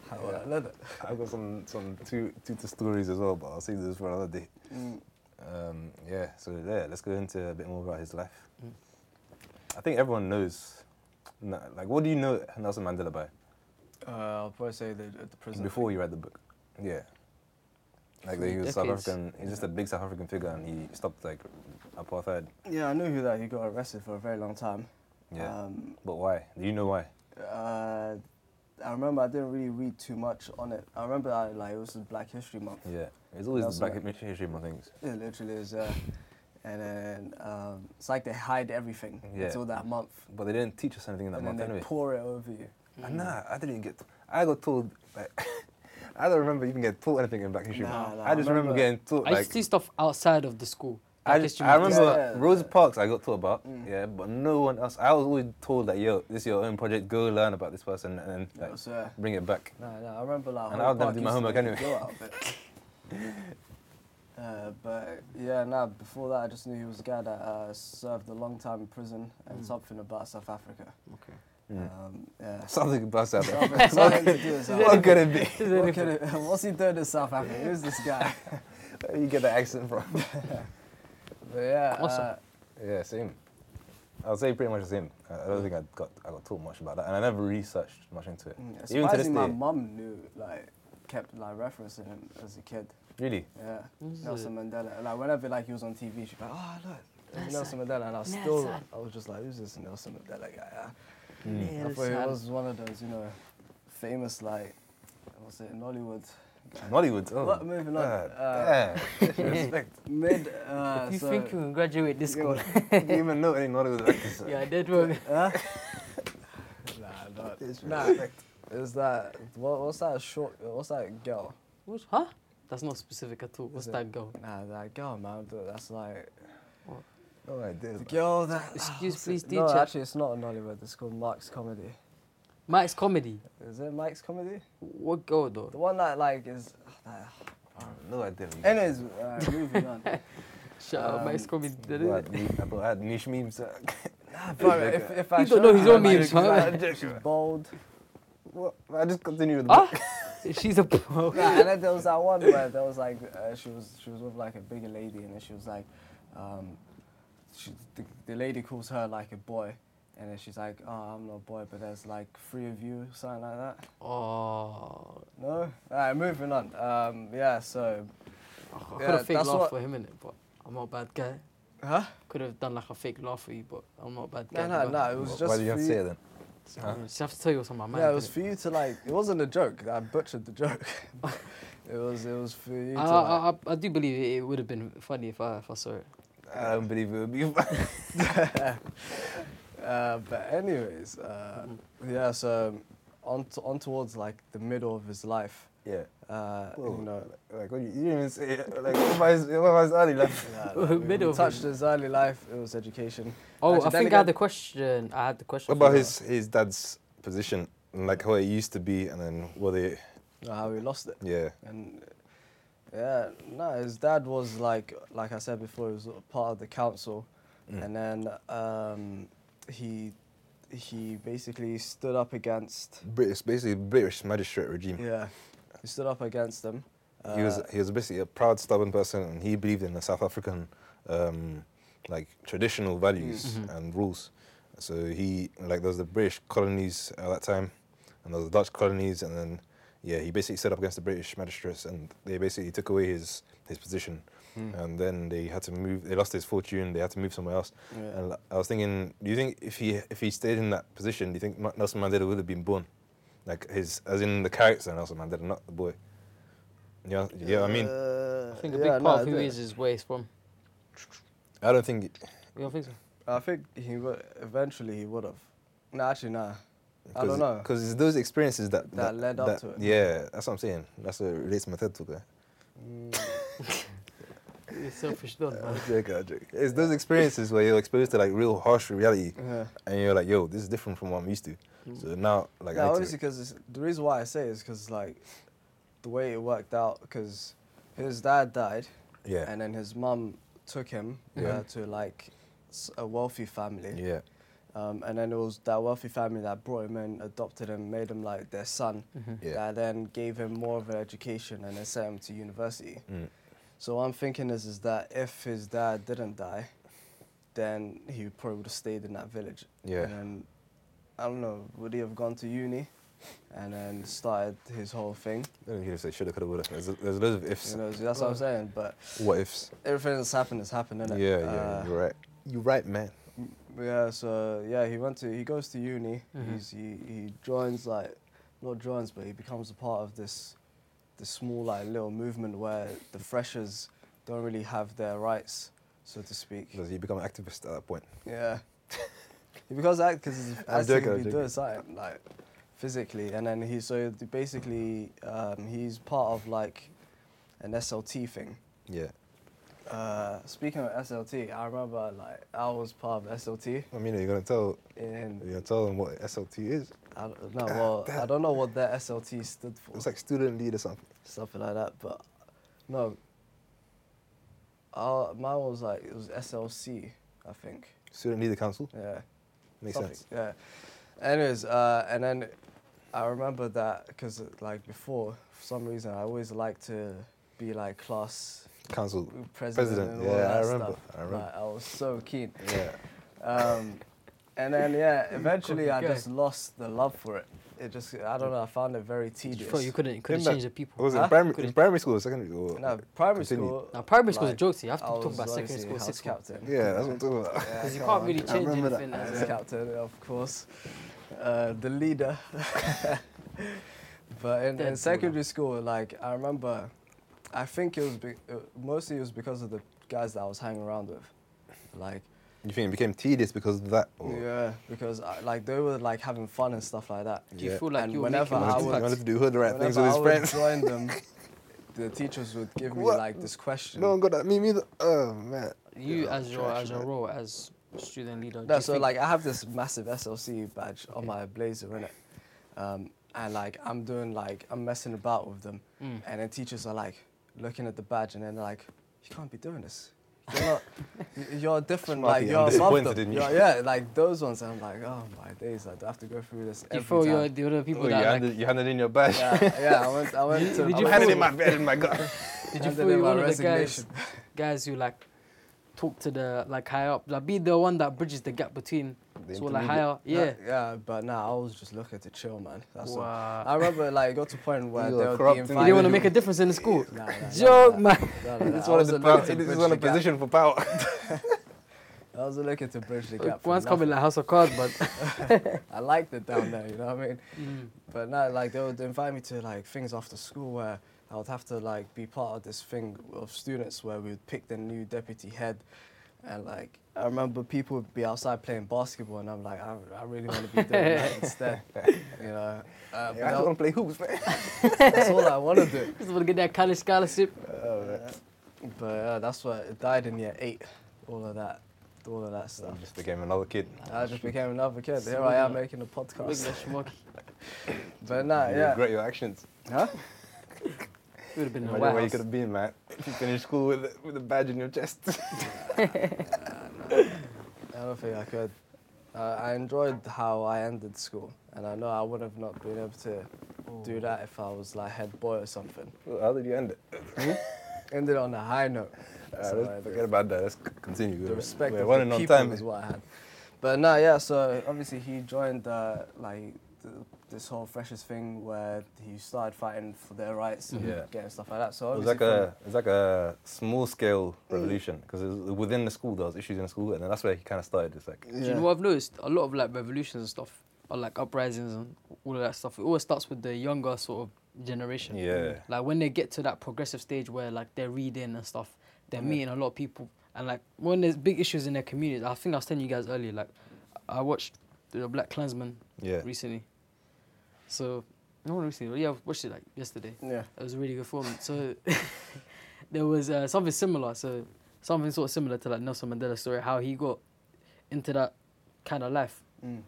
S4: How would I know that?
S5: I've got some some two two two stories as well, but I'll save this for another day. Um, yeah, so yeah, let's go into a bit more about his life. I think everyone knows, na- like, what do you know Nelson Mandela by
S4: Uh, I'll probably say the, the prison.
S5: before you read the book? Yeah, like that he was South
S6: Decades.
S5: African. He's just a big South African figure, and he stopped like apartheid.
S4: Yeah, I knew who that. He got arrested for a very long time.
S5: Yeah,
S4: Um,
S5: but why? Do you know why?
S4: uh, I remember I didn't really read too much on it. I remember I, like it was Black History Month.
S5: Yeah, it's always
S4: Nelson
S5: the Black
S4: Man-
S5: History Month things.
S4: It literally is. Uh, and then um, it's like they hide everything
S5: Yeah.
S4: until that month,
S5: But they didn't teach us anything in that
S4: and then
S5: month
S4: they
S5: anyway.
S4: pour it over you.
S5: Ah, Nah, I didn't get. I got told. Like, I don't remember even getting taught anything in Black History.
S4: Nah,
S5: Month.
S4: nah,
S5: I just
S4: I
S5: remember,
S4: remember-
S5: getting taught.
S6: I
S5: Like,
S6: used to see stuff outside of the school.
S5: I,
S6: Like
S5: just,
S6: history
S5: I
S6: month.
S5: remember
S4: Yeah, Mm. yeah.
S5: Rosa Parks. I got taught about. Yeah, but no one else. I was always told that yo, this is your own project. Go learn about this person and then like,
S4: Yes, sir.
S5: bring it back.
S4: uh, No, no, I remember like.
S5: And
S4: Hyde
S5: I'll never
S4: Park
S5: do
S4: used
S5: my
S4: to
S5: homework
S4: make you
S5: anyway.
S4: go out of it. Uh, but yeah, nah. Before that, I just knew he was a guy that uh, served a long time in prison and something about South Africa.
S6: Mm. Okay.
S4: Um, yeah.
S5: Something about South Africa.
S4: Something- something to do with South
S5: what
S4: Africa.
S5: could it be?
S4: What could it- What's he doing in South Africa? Who's this guy?
S5: Where you get the accent from?
S4: But yeah,
S6: Awesome.
S4: uh,
S5: yeah, same. I'll say pretty much the same. I I don't think I got I got taught much about that, and I never researched much into it.
S4: mm,
S5: Even to this
S4: surprising my
S5: day.
S4: mum knew, like, kept like referencing him as a kid.
S5: Really?
S4: Yeah,
S6: This is
S4: Nelson Mandela. Like whenever like he was on TV, she'd be like, "Oh look, Nelson,
S6: Nelson.
S4: Mandela, and I was still,
S6: Nelson.
S4: I was just like, who's this Nelson Mandela guy? ah? I thought he was one of those, you know, famous like, what's it, Nollywood.
S5: Nollywood. Oh.
S4: Well, moving on.
S5: God
S4: Uh,
S5: damn. Respect.
S4: Mid, uh,
S6: If you
S4: so-
S6: think you can graduate this
S4: Yeah,
S6: school,
S5: Do you even know any Nollywood actors?
S6: yeah, I did wrong.
S4: Huh? nah, not. Nah. It was that. What, what's that short? What's that girl?
S6: What? Huh? That's not specific at all. What's
S4: it?
S6: that girl?
S4: Nah, that girl, man. th- That's like
S5: No idea. man.
S4: the girl that.
S6: "Oh, Excuse
S4: what's
S6: please,
S4: it? No,
S6: teacher.
S4: actually, it's not a Nollywood. It's called Mark's Comedy.
S6: Mike's comedy.
S4: Is it Mike's Comedy?
S6: What girl
S4: The
S6: though?
S4: one that like is. oh,
S5: No idea.
S4: Anyways, uh, moving on.
S6: Shout out
S4: Um,
S6: Mike's comedy. did
S5: Bro, I
S6: it?
S5: had ni- bro, I had niche memes. uh,
S4: Nah, bro, if, if I
S6: He don't
S4: showed
S6: know his
S4: her,
S6: own
S4: like,
S6: memes,
S4: she's
S6: man.
S4: like, she's bold.
S5: What? I just continue with the
S6: Huh?
S5: book.
S6: She's a pro.
S4: Nah, and then there was that one where there was like uh, she was she was with like a bigger lady and then she was like, um, she, the, the lady calls her like a boy, and then she's like, oh I'm not a boy, but there's like three of you, something like that.
S6: Oh,
S4: No, all right, moving on. Um, yeah, so
S6: I could
S4: Yeah,
S6: have fake
S4: that's
S6: laugh
S4: what-
S6: for him in it, but I'm not a bad guy.
S4: huh?
S6: Could have done like a fake laugh for you, but I'm not a bad guy.
S4: No, no,
S6: but-
S4: no. It was
S5: Wh-
S4: just
S5: Why do you have
S4: for
S5: to
S4: you,
S5: say it then?
S6: So, I just have to tell you what's on my mind.
S4: Yeah, it was
S6: innit?
S4: for you to like. It wasn't a joke. I butchered the joke. but it was it was for you to.
S6: I,
S4: like,
S6: I, I, I do believe it, it would have been funny if I if I saw it.
S5: I don't believe it would be.
S6: ah.
S4: Uh, but anyways, uh, yeah. So on, t- on towards like the middle of his life,
S5: yeah.
S4: uh,
S5: Whoa.
S4: you know,
S5: Like, what do you, you didn't even say it. Like, what was, what was early life?
S4: yeah,
S6: Middle
S4: like, we- we
S6: of
S4: touched
S6: his-
S4: his early life. It was education.
S6: Oh,
S4: Actually,
S6: I
S4: then
S6: think I had
S4: again-
S6: the question. I had the question.
S5: What about
S6: for-
S5: his, his dad's position? and, Like, how it used to be, and then what they.
S4: uh, How he lost it,
S5: Yeah.
S4: and uh, yeah, no, his dad was like like I said before, he was part of the council,
S5: Mm.
S4: and then um, he he basically stood up against
S5: British, basically, British magistrate regime.
S4: yeah, he stood up against them.
S5: he was
S4: Uh,
S5: he was basically a proud, stubborn person, and he believed in the South African um, like traditional values and rules. So he like there was the British colonies at that time, and there was the Dutch colonies, and then yeah, he basically set up against the British magistrates, and they basically took away his his position, and then they had to move. They lost his fortune. They had to move somewhere else.
S4: Yeah.
S5: And I was thinking, do you think if he if he stayed in that position, do you think Ma- Nelson Mandela would have been born? Like his, as in the character Nelson Mandela, not the boy. Yeah, yeah. I mean,
S4: Uh,
S6: I think a
S4: yeah,
S6: big part
S4: no,
S6: of
S4: I
S6: who
S4: do.
S6: he is is where he's from.
S5: I don't think
S6: You don't think so?
S4: I think he would eventually he would have. No, actually, nah. I
S5: Cause-
S4: don't know.
S5: Because it's those experiences that,
S4: That led up to it.
S5: Yeah, that's what I'm saying. That's what relates to my TED talk. eh?
S4: Mm,
S6: You're selfish, done,
S5: I
S6: man.
S5: joke, I joke. It's those experiences where you're exposed to like real harsh reality,
S4: Yeah. Mm.
S5: and you're like, "Yo, this is different from what I'm used to." So now, like,
S4: yeah,
S5: I
S4: obviously,
S5: need to,
S4: because the reason why I say is because like the way it worked out, because his dad died,
S5: yeah,
S4: and then his mum took him
S5: Yeah.
S4: uh, to like s- a wealthy family,
S5: yeah,
S4: um, and then it was that wealthy family that brought him in, adopted him, made him like their son,
S5: Yeah.
S4: that then gave him more of an education and then sent him to university.
S5: Mm.
S4: So what I'm thinking is is that if his dad didn't die, then he probably would have stayed in that village.
S5: Yeah.
S4: And then, I don't know, would he have gone to uni and then started his whole thing?
S5: I don't care if they shoulda, coulda, woulda. There's, there's loads of ifs,
S4: You know, that's what I'm saying. But
S5: what ifs.
S4: everything that's happened has happened,
S5: Yeah,
S4: innit?
S5: yeah,
S4: Uh,
S5: you're right. You're right, man.
S4: Yeah, so yeah, he went to he goes to uni. He's he, he joins like not joins, but he becomes a part of this this small like little movement where the freshers don't really have their rights, so to speak.
S5: Does he become an activist at that point?
S4: Yeah, he becomes that because he's
S5: I'm
S4: actually
S5: joking, I'm
S4: been
S5: joking.
S4: doing something like physically, and then he so basically um, he's part of like an SLT thing.
S5: Yeah.
S4: Uh, speaking of SLT, I remember like I was part of SLT
S5: I mean, you're gonna tell,
S4: in
S5: you're gonna tell them what SLT is.
S4: I don't know. Well, I don't know what that SLT stood for.
S5: It's like student lead or something.
S4: something like that. But no, uh, mine was like it was SLC, I think.
S5: Student leader council.
S4: Yeah.
S5: Makes
S4: Something,
S5: sense.
S4: Yeah. Anyways, uh, and then I remember that because like before, for some reason, I always like to be like class
S5: Council.
S4: president.
S5: President,
S4: and all
S5: yeah, I
S4: that
S5: remember,
S4: Stuff.
S5: I remember.
S4: Like, I was so keen.
S5: Yeah.
S4: Um, and then yeah, eventually I
S6: guy.
S4: just lost the love for it. it just I don't know. I found it very tedious.
S6: Bro, you couldn't, couldn't
S5: Remember-
S6: change the people.
S5: What was it,
S4: Huh?
S5: primary, in
S6: Couldn't-
S5: primary school or secondary school?
S4: No, primary
S5: Continue.
S4: school.
S6: Now, primary school's a joke to you. You have to
S4: I
S6: talk
S4: was
S6: about secondary
S4: obviously
S6: school,
S4: house
S6: sixth form.
S4: captain.
S5: Yeah, that's what I'm talking about.
S4: Yeah,
S6: Because you
S4: come
S6: can't
S4: on.
S6: really change
S1: remember that.
S6: anything.
S4: House
S6: as a-
S4: captain, of course. Uh, the leader. but in,
S6: Dead
S4: in secondary school, like I remember, I think it was be- uh, mostly it was because of the guys that I was hanging around with, like.
S5: You think it became tedious because of that? Or
S4: Yeah, because I, like they were like having fun and stuff like that.
S6: Do you
S5: Yeah.
S6: feel like
S4: And
S6: you were
S4: whenever
S6: making an
S4: I
S5: He wanted, to, he
S4: would-
S5: wanted
S6: impact?
S5: to do hood rat things
S4: Whenever
S5: with his
S4: I would
S5: friends.
S4: join them, the teachers would give me
S5: What?
S4: like this question.
S5: No one got that. Me neither. Oh, man.
S6: You
S5: Yeah,
S6: as your
S5: trash,
S6: as your
S5: man.
S6: role as student leader. do
S4: No,
S6: you
S4: so
S6: think-
S4: like I have this massive SLC badge on my blazer, innit? Um, and like I'm doing like I'm messing about with them,
S6: Mm.
S4: and then teachers are like looking at the badge, and then they're like, "You can't be doing this. You're not. y- you're different.
S5: Smarty,
S4: like
S5: I'm
S4: you're above
S5: disappointed
S4: them.
S5: in you.
S4: You're- yeah, like those ones. I'm like, oh my days, I do have to go through this.
S6: do you
S4: every
S6: feel you're
S4: time."
S6: the other people
S5: Oh, you,
S6: that like,
S5: handed, you handed in your badge.
S4: Yeah, yeah. I went. I went
S6: did
S4: to. I
S6: you
S5: I
S4: went
S5: handed
S4: to-
S5: in my bed in my gun.
S6: Did you
S4: handed
S6: feel
S4: in
S6: you're
S4: my
S6: one of the guys,
S4: resignation.
S6: guys who like talk to the like higher up, like be the one that bridges the gap between,
S5: The
S6: so like
S5: intermediate.
S6: higher,
S4: No,
S6: yeah.
S4: yeah, but nah, I was just looking to chill, man. That's all.
S6: Wow.
S4: I remember like it got to a point where
S5: You
S4: they
S5: are
S4: would be
S5: corrupt, innit?
S4: inviting
S6: You didn't want to
S5: Nah,
S6: make a difference in the school.
S4: Nah, nah, nah,
S6: Joke,
S4: nah,
S6: man.
S4: No, no, no,
S5: It's
S4: I
S5: one of
S4: wasn't
S5: the power.
S4: looking to
S5: This is
S4: bridge
S5: one
S4: the
S5: of
S4: gap.
S5: position for power.
S4: I was looking to bridge the gap. for
S6: One's coming like
S4: nothing.
S6: House of Cards, but
S4: I liked it down there, you know what I mean? But now, like, they would invite me to like things after school where I would have to like be part of this thing of students where we would pick the new deputy head, and like I remember people would be outside playing basketball, and I'm like, I, I really want to be doing that instead, you know. Uh, but
S5: I just
S4: that-
S5: want to play hoops, man.
S4: that's all I want to do.
S6: just want to get that college scholarship.
S4: But uh, that's what it died in year eight. All of that, all of that stuff.
S5: I just became another kid.
S4: I just became another kid. Here I am
S6: Smuggler.
S4: making a
S6: Look at
S4: podcast.
S6: that schmucky.
S4: But nah,
S5: You
S4: yeah.
S5: regret your actions.
S4: Huh?
S6: It would have been a
S5: Imagine where you
S6: white
S5: could have been, man. If you finished school with, a- with a badge in your chest.
S4: I don't think I could. Uh, I enjoyed how I ended school, and I know I would have not been able to
S5: Oh.
S4: do that if I was like head boy or something.
S5: How did you end it?
S4: Ended on a high note.
S5: Uh,
S4: So I
S5: let's
S4: did.
S5: forget about that. Let's c- continue.
S4: the respect
S5: We're
S4: of
S5: running
S4: the
S5: on
S4: people
S5: time.
S4: is what I had. But no, yeah. So obviously he joined uh, like the, this whole freshers thing where he started fighting for their rights and
S5: Yeah.
S4: getting stuff like that. So
S5: It was
S4: obviously
S5: like a it was like a small scale revolution because it was within the school there was issues in the school and then that's where he kind of started. It's like
S6: Do you know what I've noticed? A lot of like revolutions and stuff, or like uprisings and all of that stuff. It always starts with the younger sort of generation.
S5: Yeah.
S6: Like when they get to that progressive stage where like they're reading and stuff, they're meeting a lot of people, and like when there's big issues in their community. I think I was telling you guys earlier. Like I watched the Black Klansman
S5: yeah,
S6: recently. So no one recently. Yeah, I watched it like yesterday.
S4: yeah.
S6: It was a really good film. So there was uh, something similar. So something sort of similar to like Nelson Mandela's story, how he got into that kind of life.
S4: Mm.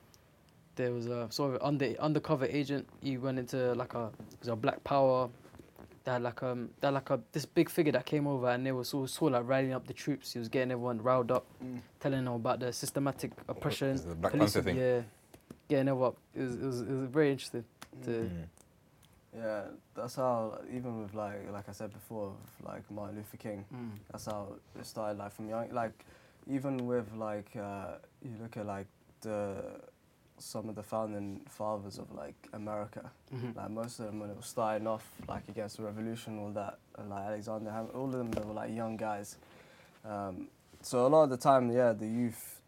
S6: There was a sort of under undercover agent. He went into like a it was a black power. They had like um they had like a this big figure that came over and they were sort of, sort of like rallying up the troops. He was getting everyone riled up,
S4: Mm.
S6: telling them about the systematic oppression.
S5: It's the Black
S6: police-
S5: Panther thing.
S6: Yeah, getting everyone up. It was it was, it was very interesting. To,
S4: Mm. Yeah, that's how even with like like I said before, with like Martin Luther King, that's how it started like from young. Like even with like uh, you look at like the some of the founding fathers of like America,
S6: Mhm.
S4: like most of them when it was starting off like against the revolution, all that, and, like Alexander Ham, all of them they were like young guys. Um, so a lot of the time, yeah, the youth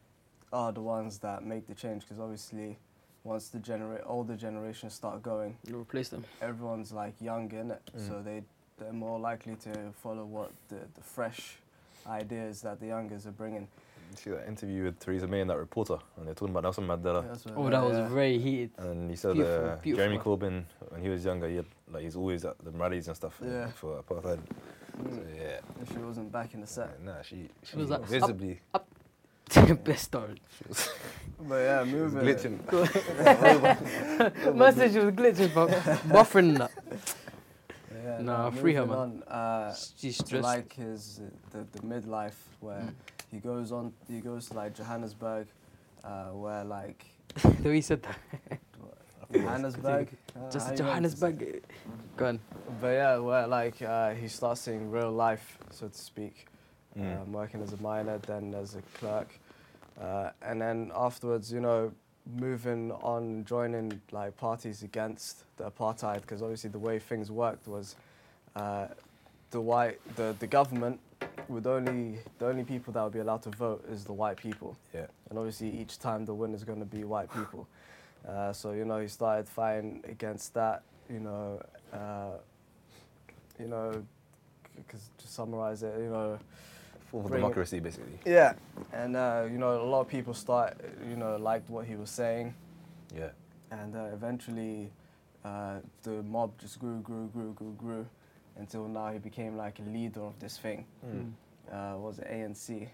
S4: are the ones that make the change because obviously. Once the genera- older generations start going,
S6: You
S5: Mm.
S6: replace them.
S4: everyone's like young in it, so they they're more likely to follow what the, the fresh ideas that the youngers are bringing.
S5: You see that interview with Theresa May and that reporter and they're talking about Nelson Mandela
S4: That's what-
S6: Oh, that was
S4: Uh, yeah.
S6: very heated.
S5: and he said
S6: Beautiful,
S5: uh,
S6: beautiful.
S5: Jeremy Corbyn when he was younger he had, like he's always at the rallies and stuff uh,
S4: Yeah.
S5: for apartheid. So,
S4: Mm.
S5: yeah,
S4: If she wasn't back in the set,
S5: nah, she she
S6: was like, up-
S5: visibly
S6: Best story.
S5: she was,
S4: but yeah,
S5: she was
S4: moving.
S5: glitching.
S6: Message was glitching, but buffering that.
S4: Yeah,
S6: Nah, free her,
S4: moving on, uh,
S6: She's
S4: to
S6: stressed.
S4: like his uh, the, the midlife where
S6: Mm.
S4: he goes on. He goes to like Johannesburg, uh, where like
S6: the way he said that.
S4: Johannesburg. uh,
S6: Just
S4: how you know what to say?
S6: Johannesburg. Go on.
S4: But yeah, well, like uh, he starts seeing real life, so to speak.
S5: Mm.
S4: Um, working as a miner, then as a clerk, uh, and then afterwards, you know, moving on, joining like parties against the apartheid, because obviously the way things worked was uh, the white, the, the government would only the only people that would be allowed to vote is the white people.
S5: Yeah.
S4: And obviously each time the winner's going to be white people. Uh, so you know he started fighting against that. You know, uh, you know, because to summarize it, you know.
S5: Full
S4: bring-
S5: democracy, basically.
S4: Yeah, and uh, you know a lot of people start, you know, liked what he was saying,
S5: Yeah.
S4: and uh, eventually uh, the mob just grew, grew, grew, grew, grew, until now he became like a leader of this thing.
S5: Hmm.
S4: Uh, what was it ANC?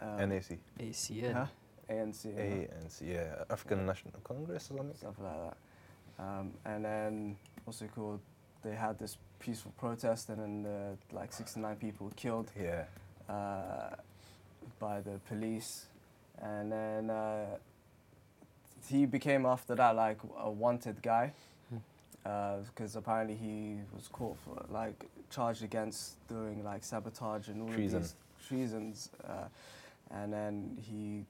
S4: Um,
S5: NAC.
S6: ACN.
S4: huh? ANC. yeah.
S5: ANC, yeah. African National Congress or something.
S4: stuff like that. Um, and then what's it called? They had this peaceful protest, and then the, like 69 people were killed
S5: Yeah.
S4: uh, by the police, and then uh, he became after that like a wanted guy, because apparently he was caught for like charged against doing like sabotage and all
S5: Treason.
S4: of these treasons, uh, and then he.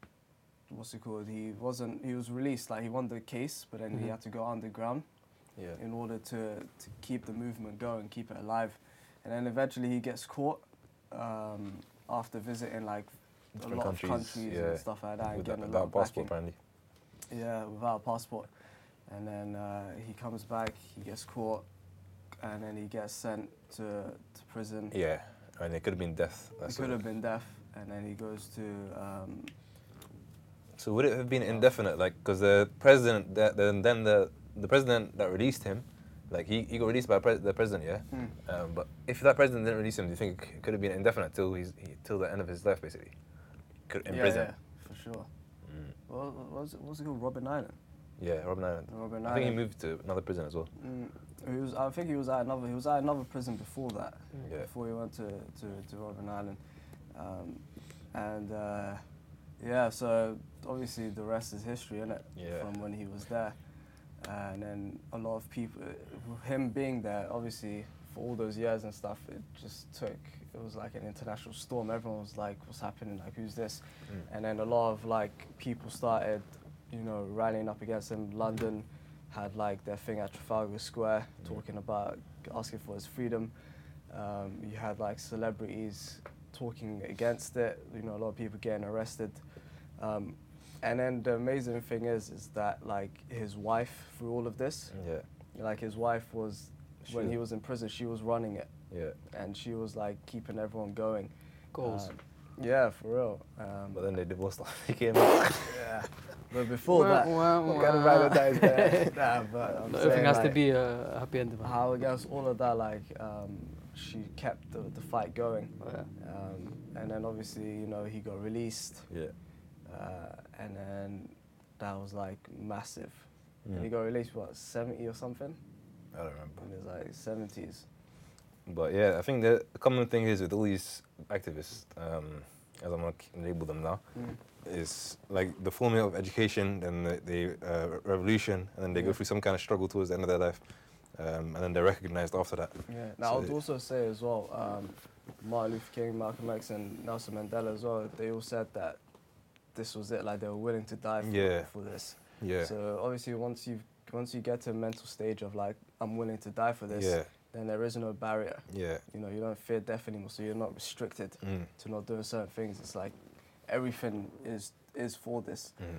S4: What's it called? He wasn't. He was released. Like he won the case, but then he had to go underground
S5: Yeah.
S4: in order to, to keep the movement going, keep it alive. And then eventually he gets caught um, after visiting like a
S5: Different
S4: lot
S5: countries,
S4: of countries
S5: yeah,
S4: and stuff like that.
S5: With
S4: and
S5: that,
S4: getting a
S5: that
S4: lot of
S5: passport,
S4: backing.
S5: apparently.
S4: Yeah, without a passport. And then uh, he comes back, he gets caught, and then he gets sent to, to prison.
S5: Yeah. And it could have been death.
S4: He
S5: That's
S4: could
S5: all.
S4: have been deaf, and then he goes to um,
S5: So would it have been indefinite? Like, because the president, that, then then the the president that released him, like he, he got released by pres the president, yeah.
S4: Hmm.
S5: Um, but if that president didn't release him, do you think it could have been indefinite till he's he, till the end of his life, basically? Could, in
S4: yeah,
S5: prison. Mm.
S4: yeah, for sure. What, what, was it, what was it called? Robin Island.
S5: Yeah. Robin Island.
S4: Robben
S5: I think he
S4: Island.
S5: moved to another prison as well.
S4: Mm. He was, I think he was at another. He was at another prison before that.
S5: Yeah.
S4: Before he went to to, to Robben Island, um, and uh, yeah. So obviously the rest is history, isn't it?
S5: Yeah.
S4: From when he was there, and then a lot of people, him being there, obviously for all those years and stuff, it just took. It was like an international storm. Everyone was like, "What's happening? Like, who's this?" And then a lot of like people started, you know, rallying up against him. London had like their thing at Trafalgar Square talking about asking for his freedom. Um, you had like celebrities talking against it. You know, a lot of people getting arrested. Um, and then the amazing thing is, is that like his wife through all of this,
S5: Yeah.
S6: Mm.
S4: like his wife was when
S5: She-
S4: he was in prison, she was running it,
S5: Yeah.
S4: and she was like keeping everyone going.
S6: Goals.
S4: Um, yeah, for real. Um,
S5: But then they divorced after he came out.
S4: yeah. But before
S6: Wah,
S4: that,
S6: wah,
S4: we gotta
S6: wah.
S4: write it down there. Nah, but I'm
S6: Not everything
S4: saying,
S6: has to
S4: like,
S6: be a happy ending. man.
S5: uh,
S4: How against all of that, like um, she kept the, the fight going,
S6: Yeah.
S4: um, and then obviously you know he got released,
S5: yeah.
S4: uh, and then that was like massive. And he got released what seventy or something
S5: I don't remember.
S4: in his like seventies.
S5: But yeah, I think the common thing is with all these activists, um, as I'm gonna k- label them now, is like the formula of education and the, the uh, re- revolution, and then they go
S4: Yeah.
S5: through some kind of struggle towards the end of their life, um, and then they're recognized after that.
S4: Yeah. Now I would
S5: So-
S4: also say as well, um, Martin Luther King, Malcolm X, and Nelson Mandela as well. They all said that this was it. Like they were willing to die for,
S5: Yeah.
S4: for this.
S5: Yeah.
S4: So obviously, once you once you get to a mental stage of like, I'm willing to die for this,
S5: Yeah.
S4: then there is no barrier.
S5: Yeah.
S4: You know, you don't fear death anymore, so you're not restricted
S5: Mm.
S4: to not doing certain things. It's like everything is is for this.
S5: Mm.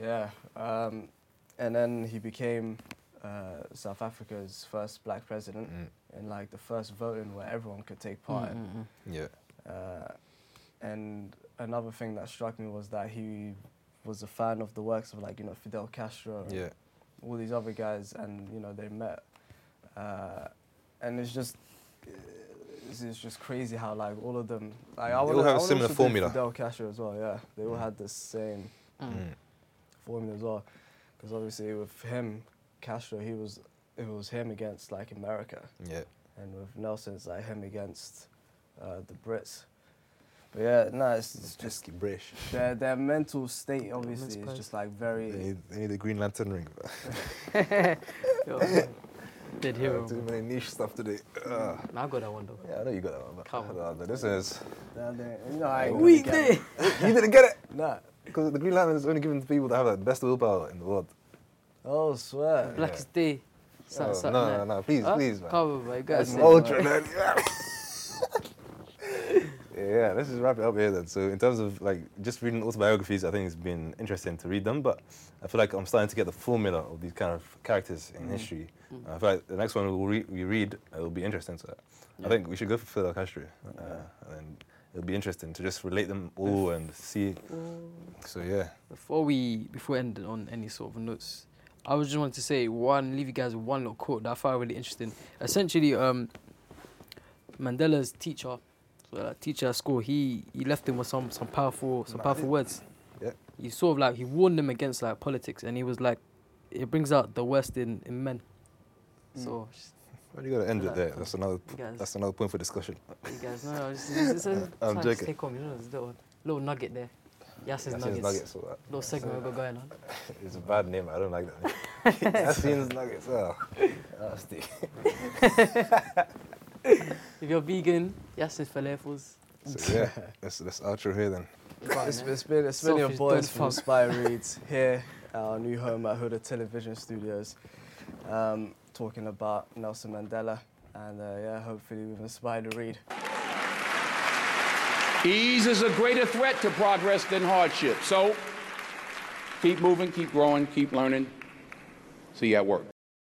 S4: Yeah. Um, and then he became uh, South Africa's first black
S5: Mm.
S4: president, and like the first voting where everyone could take part.
S6: Mm-hmm.
S4: in.
S5: Yeah.
S4: Uh, and another thing that struck me was that he was a fan of the works of like you know Fidel Castro, and
S5: Yeah.
S4: all these other guys, and you know they met, uh, and it's just. It's it's just crazy how like all of them like I
S5: all
S4: wanna- I
S5: have a
S4: wanna
S5: similar
S4: also do
S5: formula.
S4: Fidel Castro as well, yeah. They all had the same
S5: Mm.
S4: formula as well, because obviously with him, Castro, he was it was him against like America,
S5: Yeah.
S4: and with Nelson, it's like him against uh, the Brits. But yeah, no, it's, it's just
S5: British.
S4: their their mental state
S6: men's
S4: obviously is
S6: place.
S4: just like
S5: They
S4: very
S5: need, they need the Green Lantern ring.
S6: mm,
S5: Hmm.
S6: Yo, Dead hero.
S5: Too many niche stuff today. Uh,
S6: Nah, I got that one though.
S5: yeah, I know you got that one, but,
S6: Come on.
S5: uh, but this is.
S4: down there. You know, I ain't
S6: We
S4: gonna get it.
S6: did.
S5: you didn't get it!
S4: Nah,
S5: Because the Green Lantern is only given to people that have like, the best willpower in the world.
S4: Oh, swear.
S6: Blackest day. Sat,
S5: Oh,
S6: sat
S5: no,
S6: there.
S5: no, no, please,
S6: Huh?
S5: please, man.
S6: Cover, bro. You gotta
S5: That's
S6: say.
S5: an
S6: it,
S5: ultra,
S6: man.
S5: man. yeah, let's just wrap it up here then. So, in terms of like just reading autobiographies, I think it's been interesting to read them, but I feel like I'm starting to get the formula of these kind of characters in history. I feel like the next one we'll re- we read, uh, it'll be interesting to that. I think we should go for Fidel Castro, uh, and then it'll be interesting to just relate them all and see. So, yeah.
S6: Before we before ending on any sort of notes, I was just wanted to say one, leave you guys with one little quote that I found really interesting. Essentially, um, Mandela's teacher, so that teacher at school, he he left him with some some powerful some powerful words.
S5: Yeah.
S6: He sort of like he warned them against like politics, and he was like, it brings out the worst in in men. So just-
S5: Well, you gotta end it
S6: Like,
S5: there. That's another.
S6: guys-
S5: Mm. That's another point for discussion.
S6: you guys know, it's, it's, it's a
S5: I'm
S6: trying to
S5: joking.
S6: stay calm, you know, it's a little, little nugget there. Yasin's
S5: Yasin's
S6: nuggets.
S5: Nuggets, all
S6: Little segment we got going on.
S5: that. It's a bad name. I don't like that. name. Yasin's Nuggets. Oh, nasty.
S6: If you're vegan, Yasin's falafels.
S5: So yeah, let's let's outro here then.
S4: It's, it's been, it's been your
S6: Selfish,
S4: boys
S6: don't
S4: from
S6: fuck.
S4: Spy Reads here at our new home at Huda Television Studios, um, talking about Nelson Mandela. And uh, yeah, hopefully we've inspired to read.
S1: Ease is a greater threat to progress than hardship. So keep moving, keep growing, keep learning. See you at work.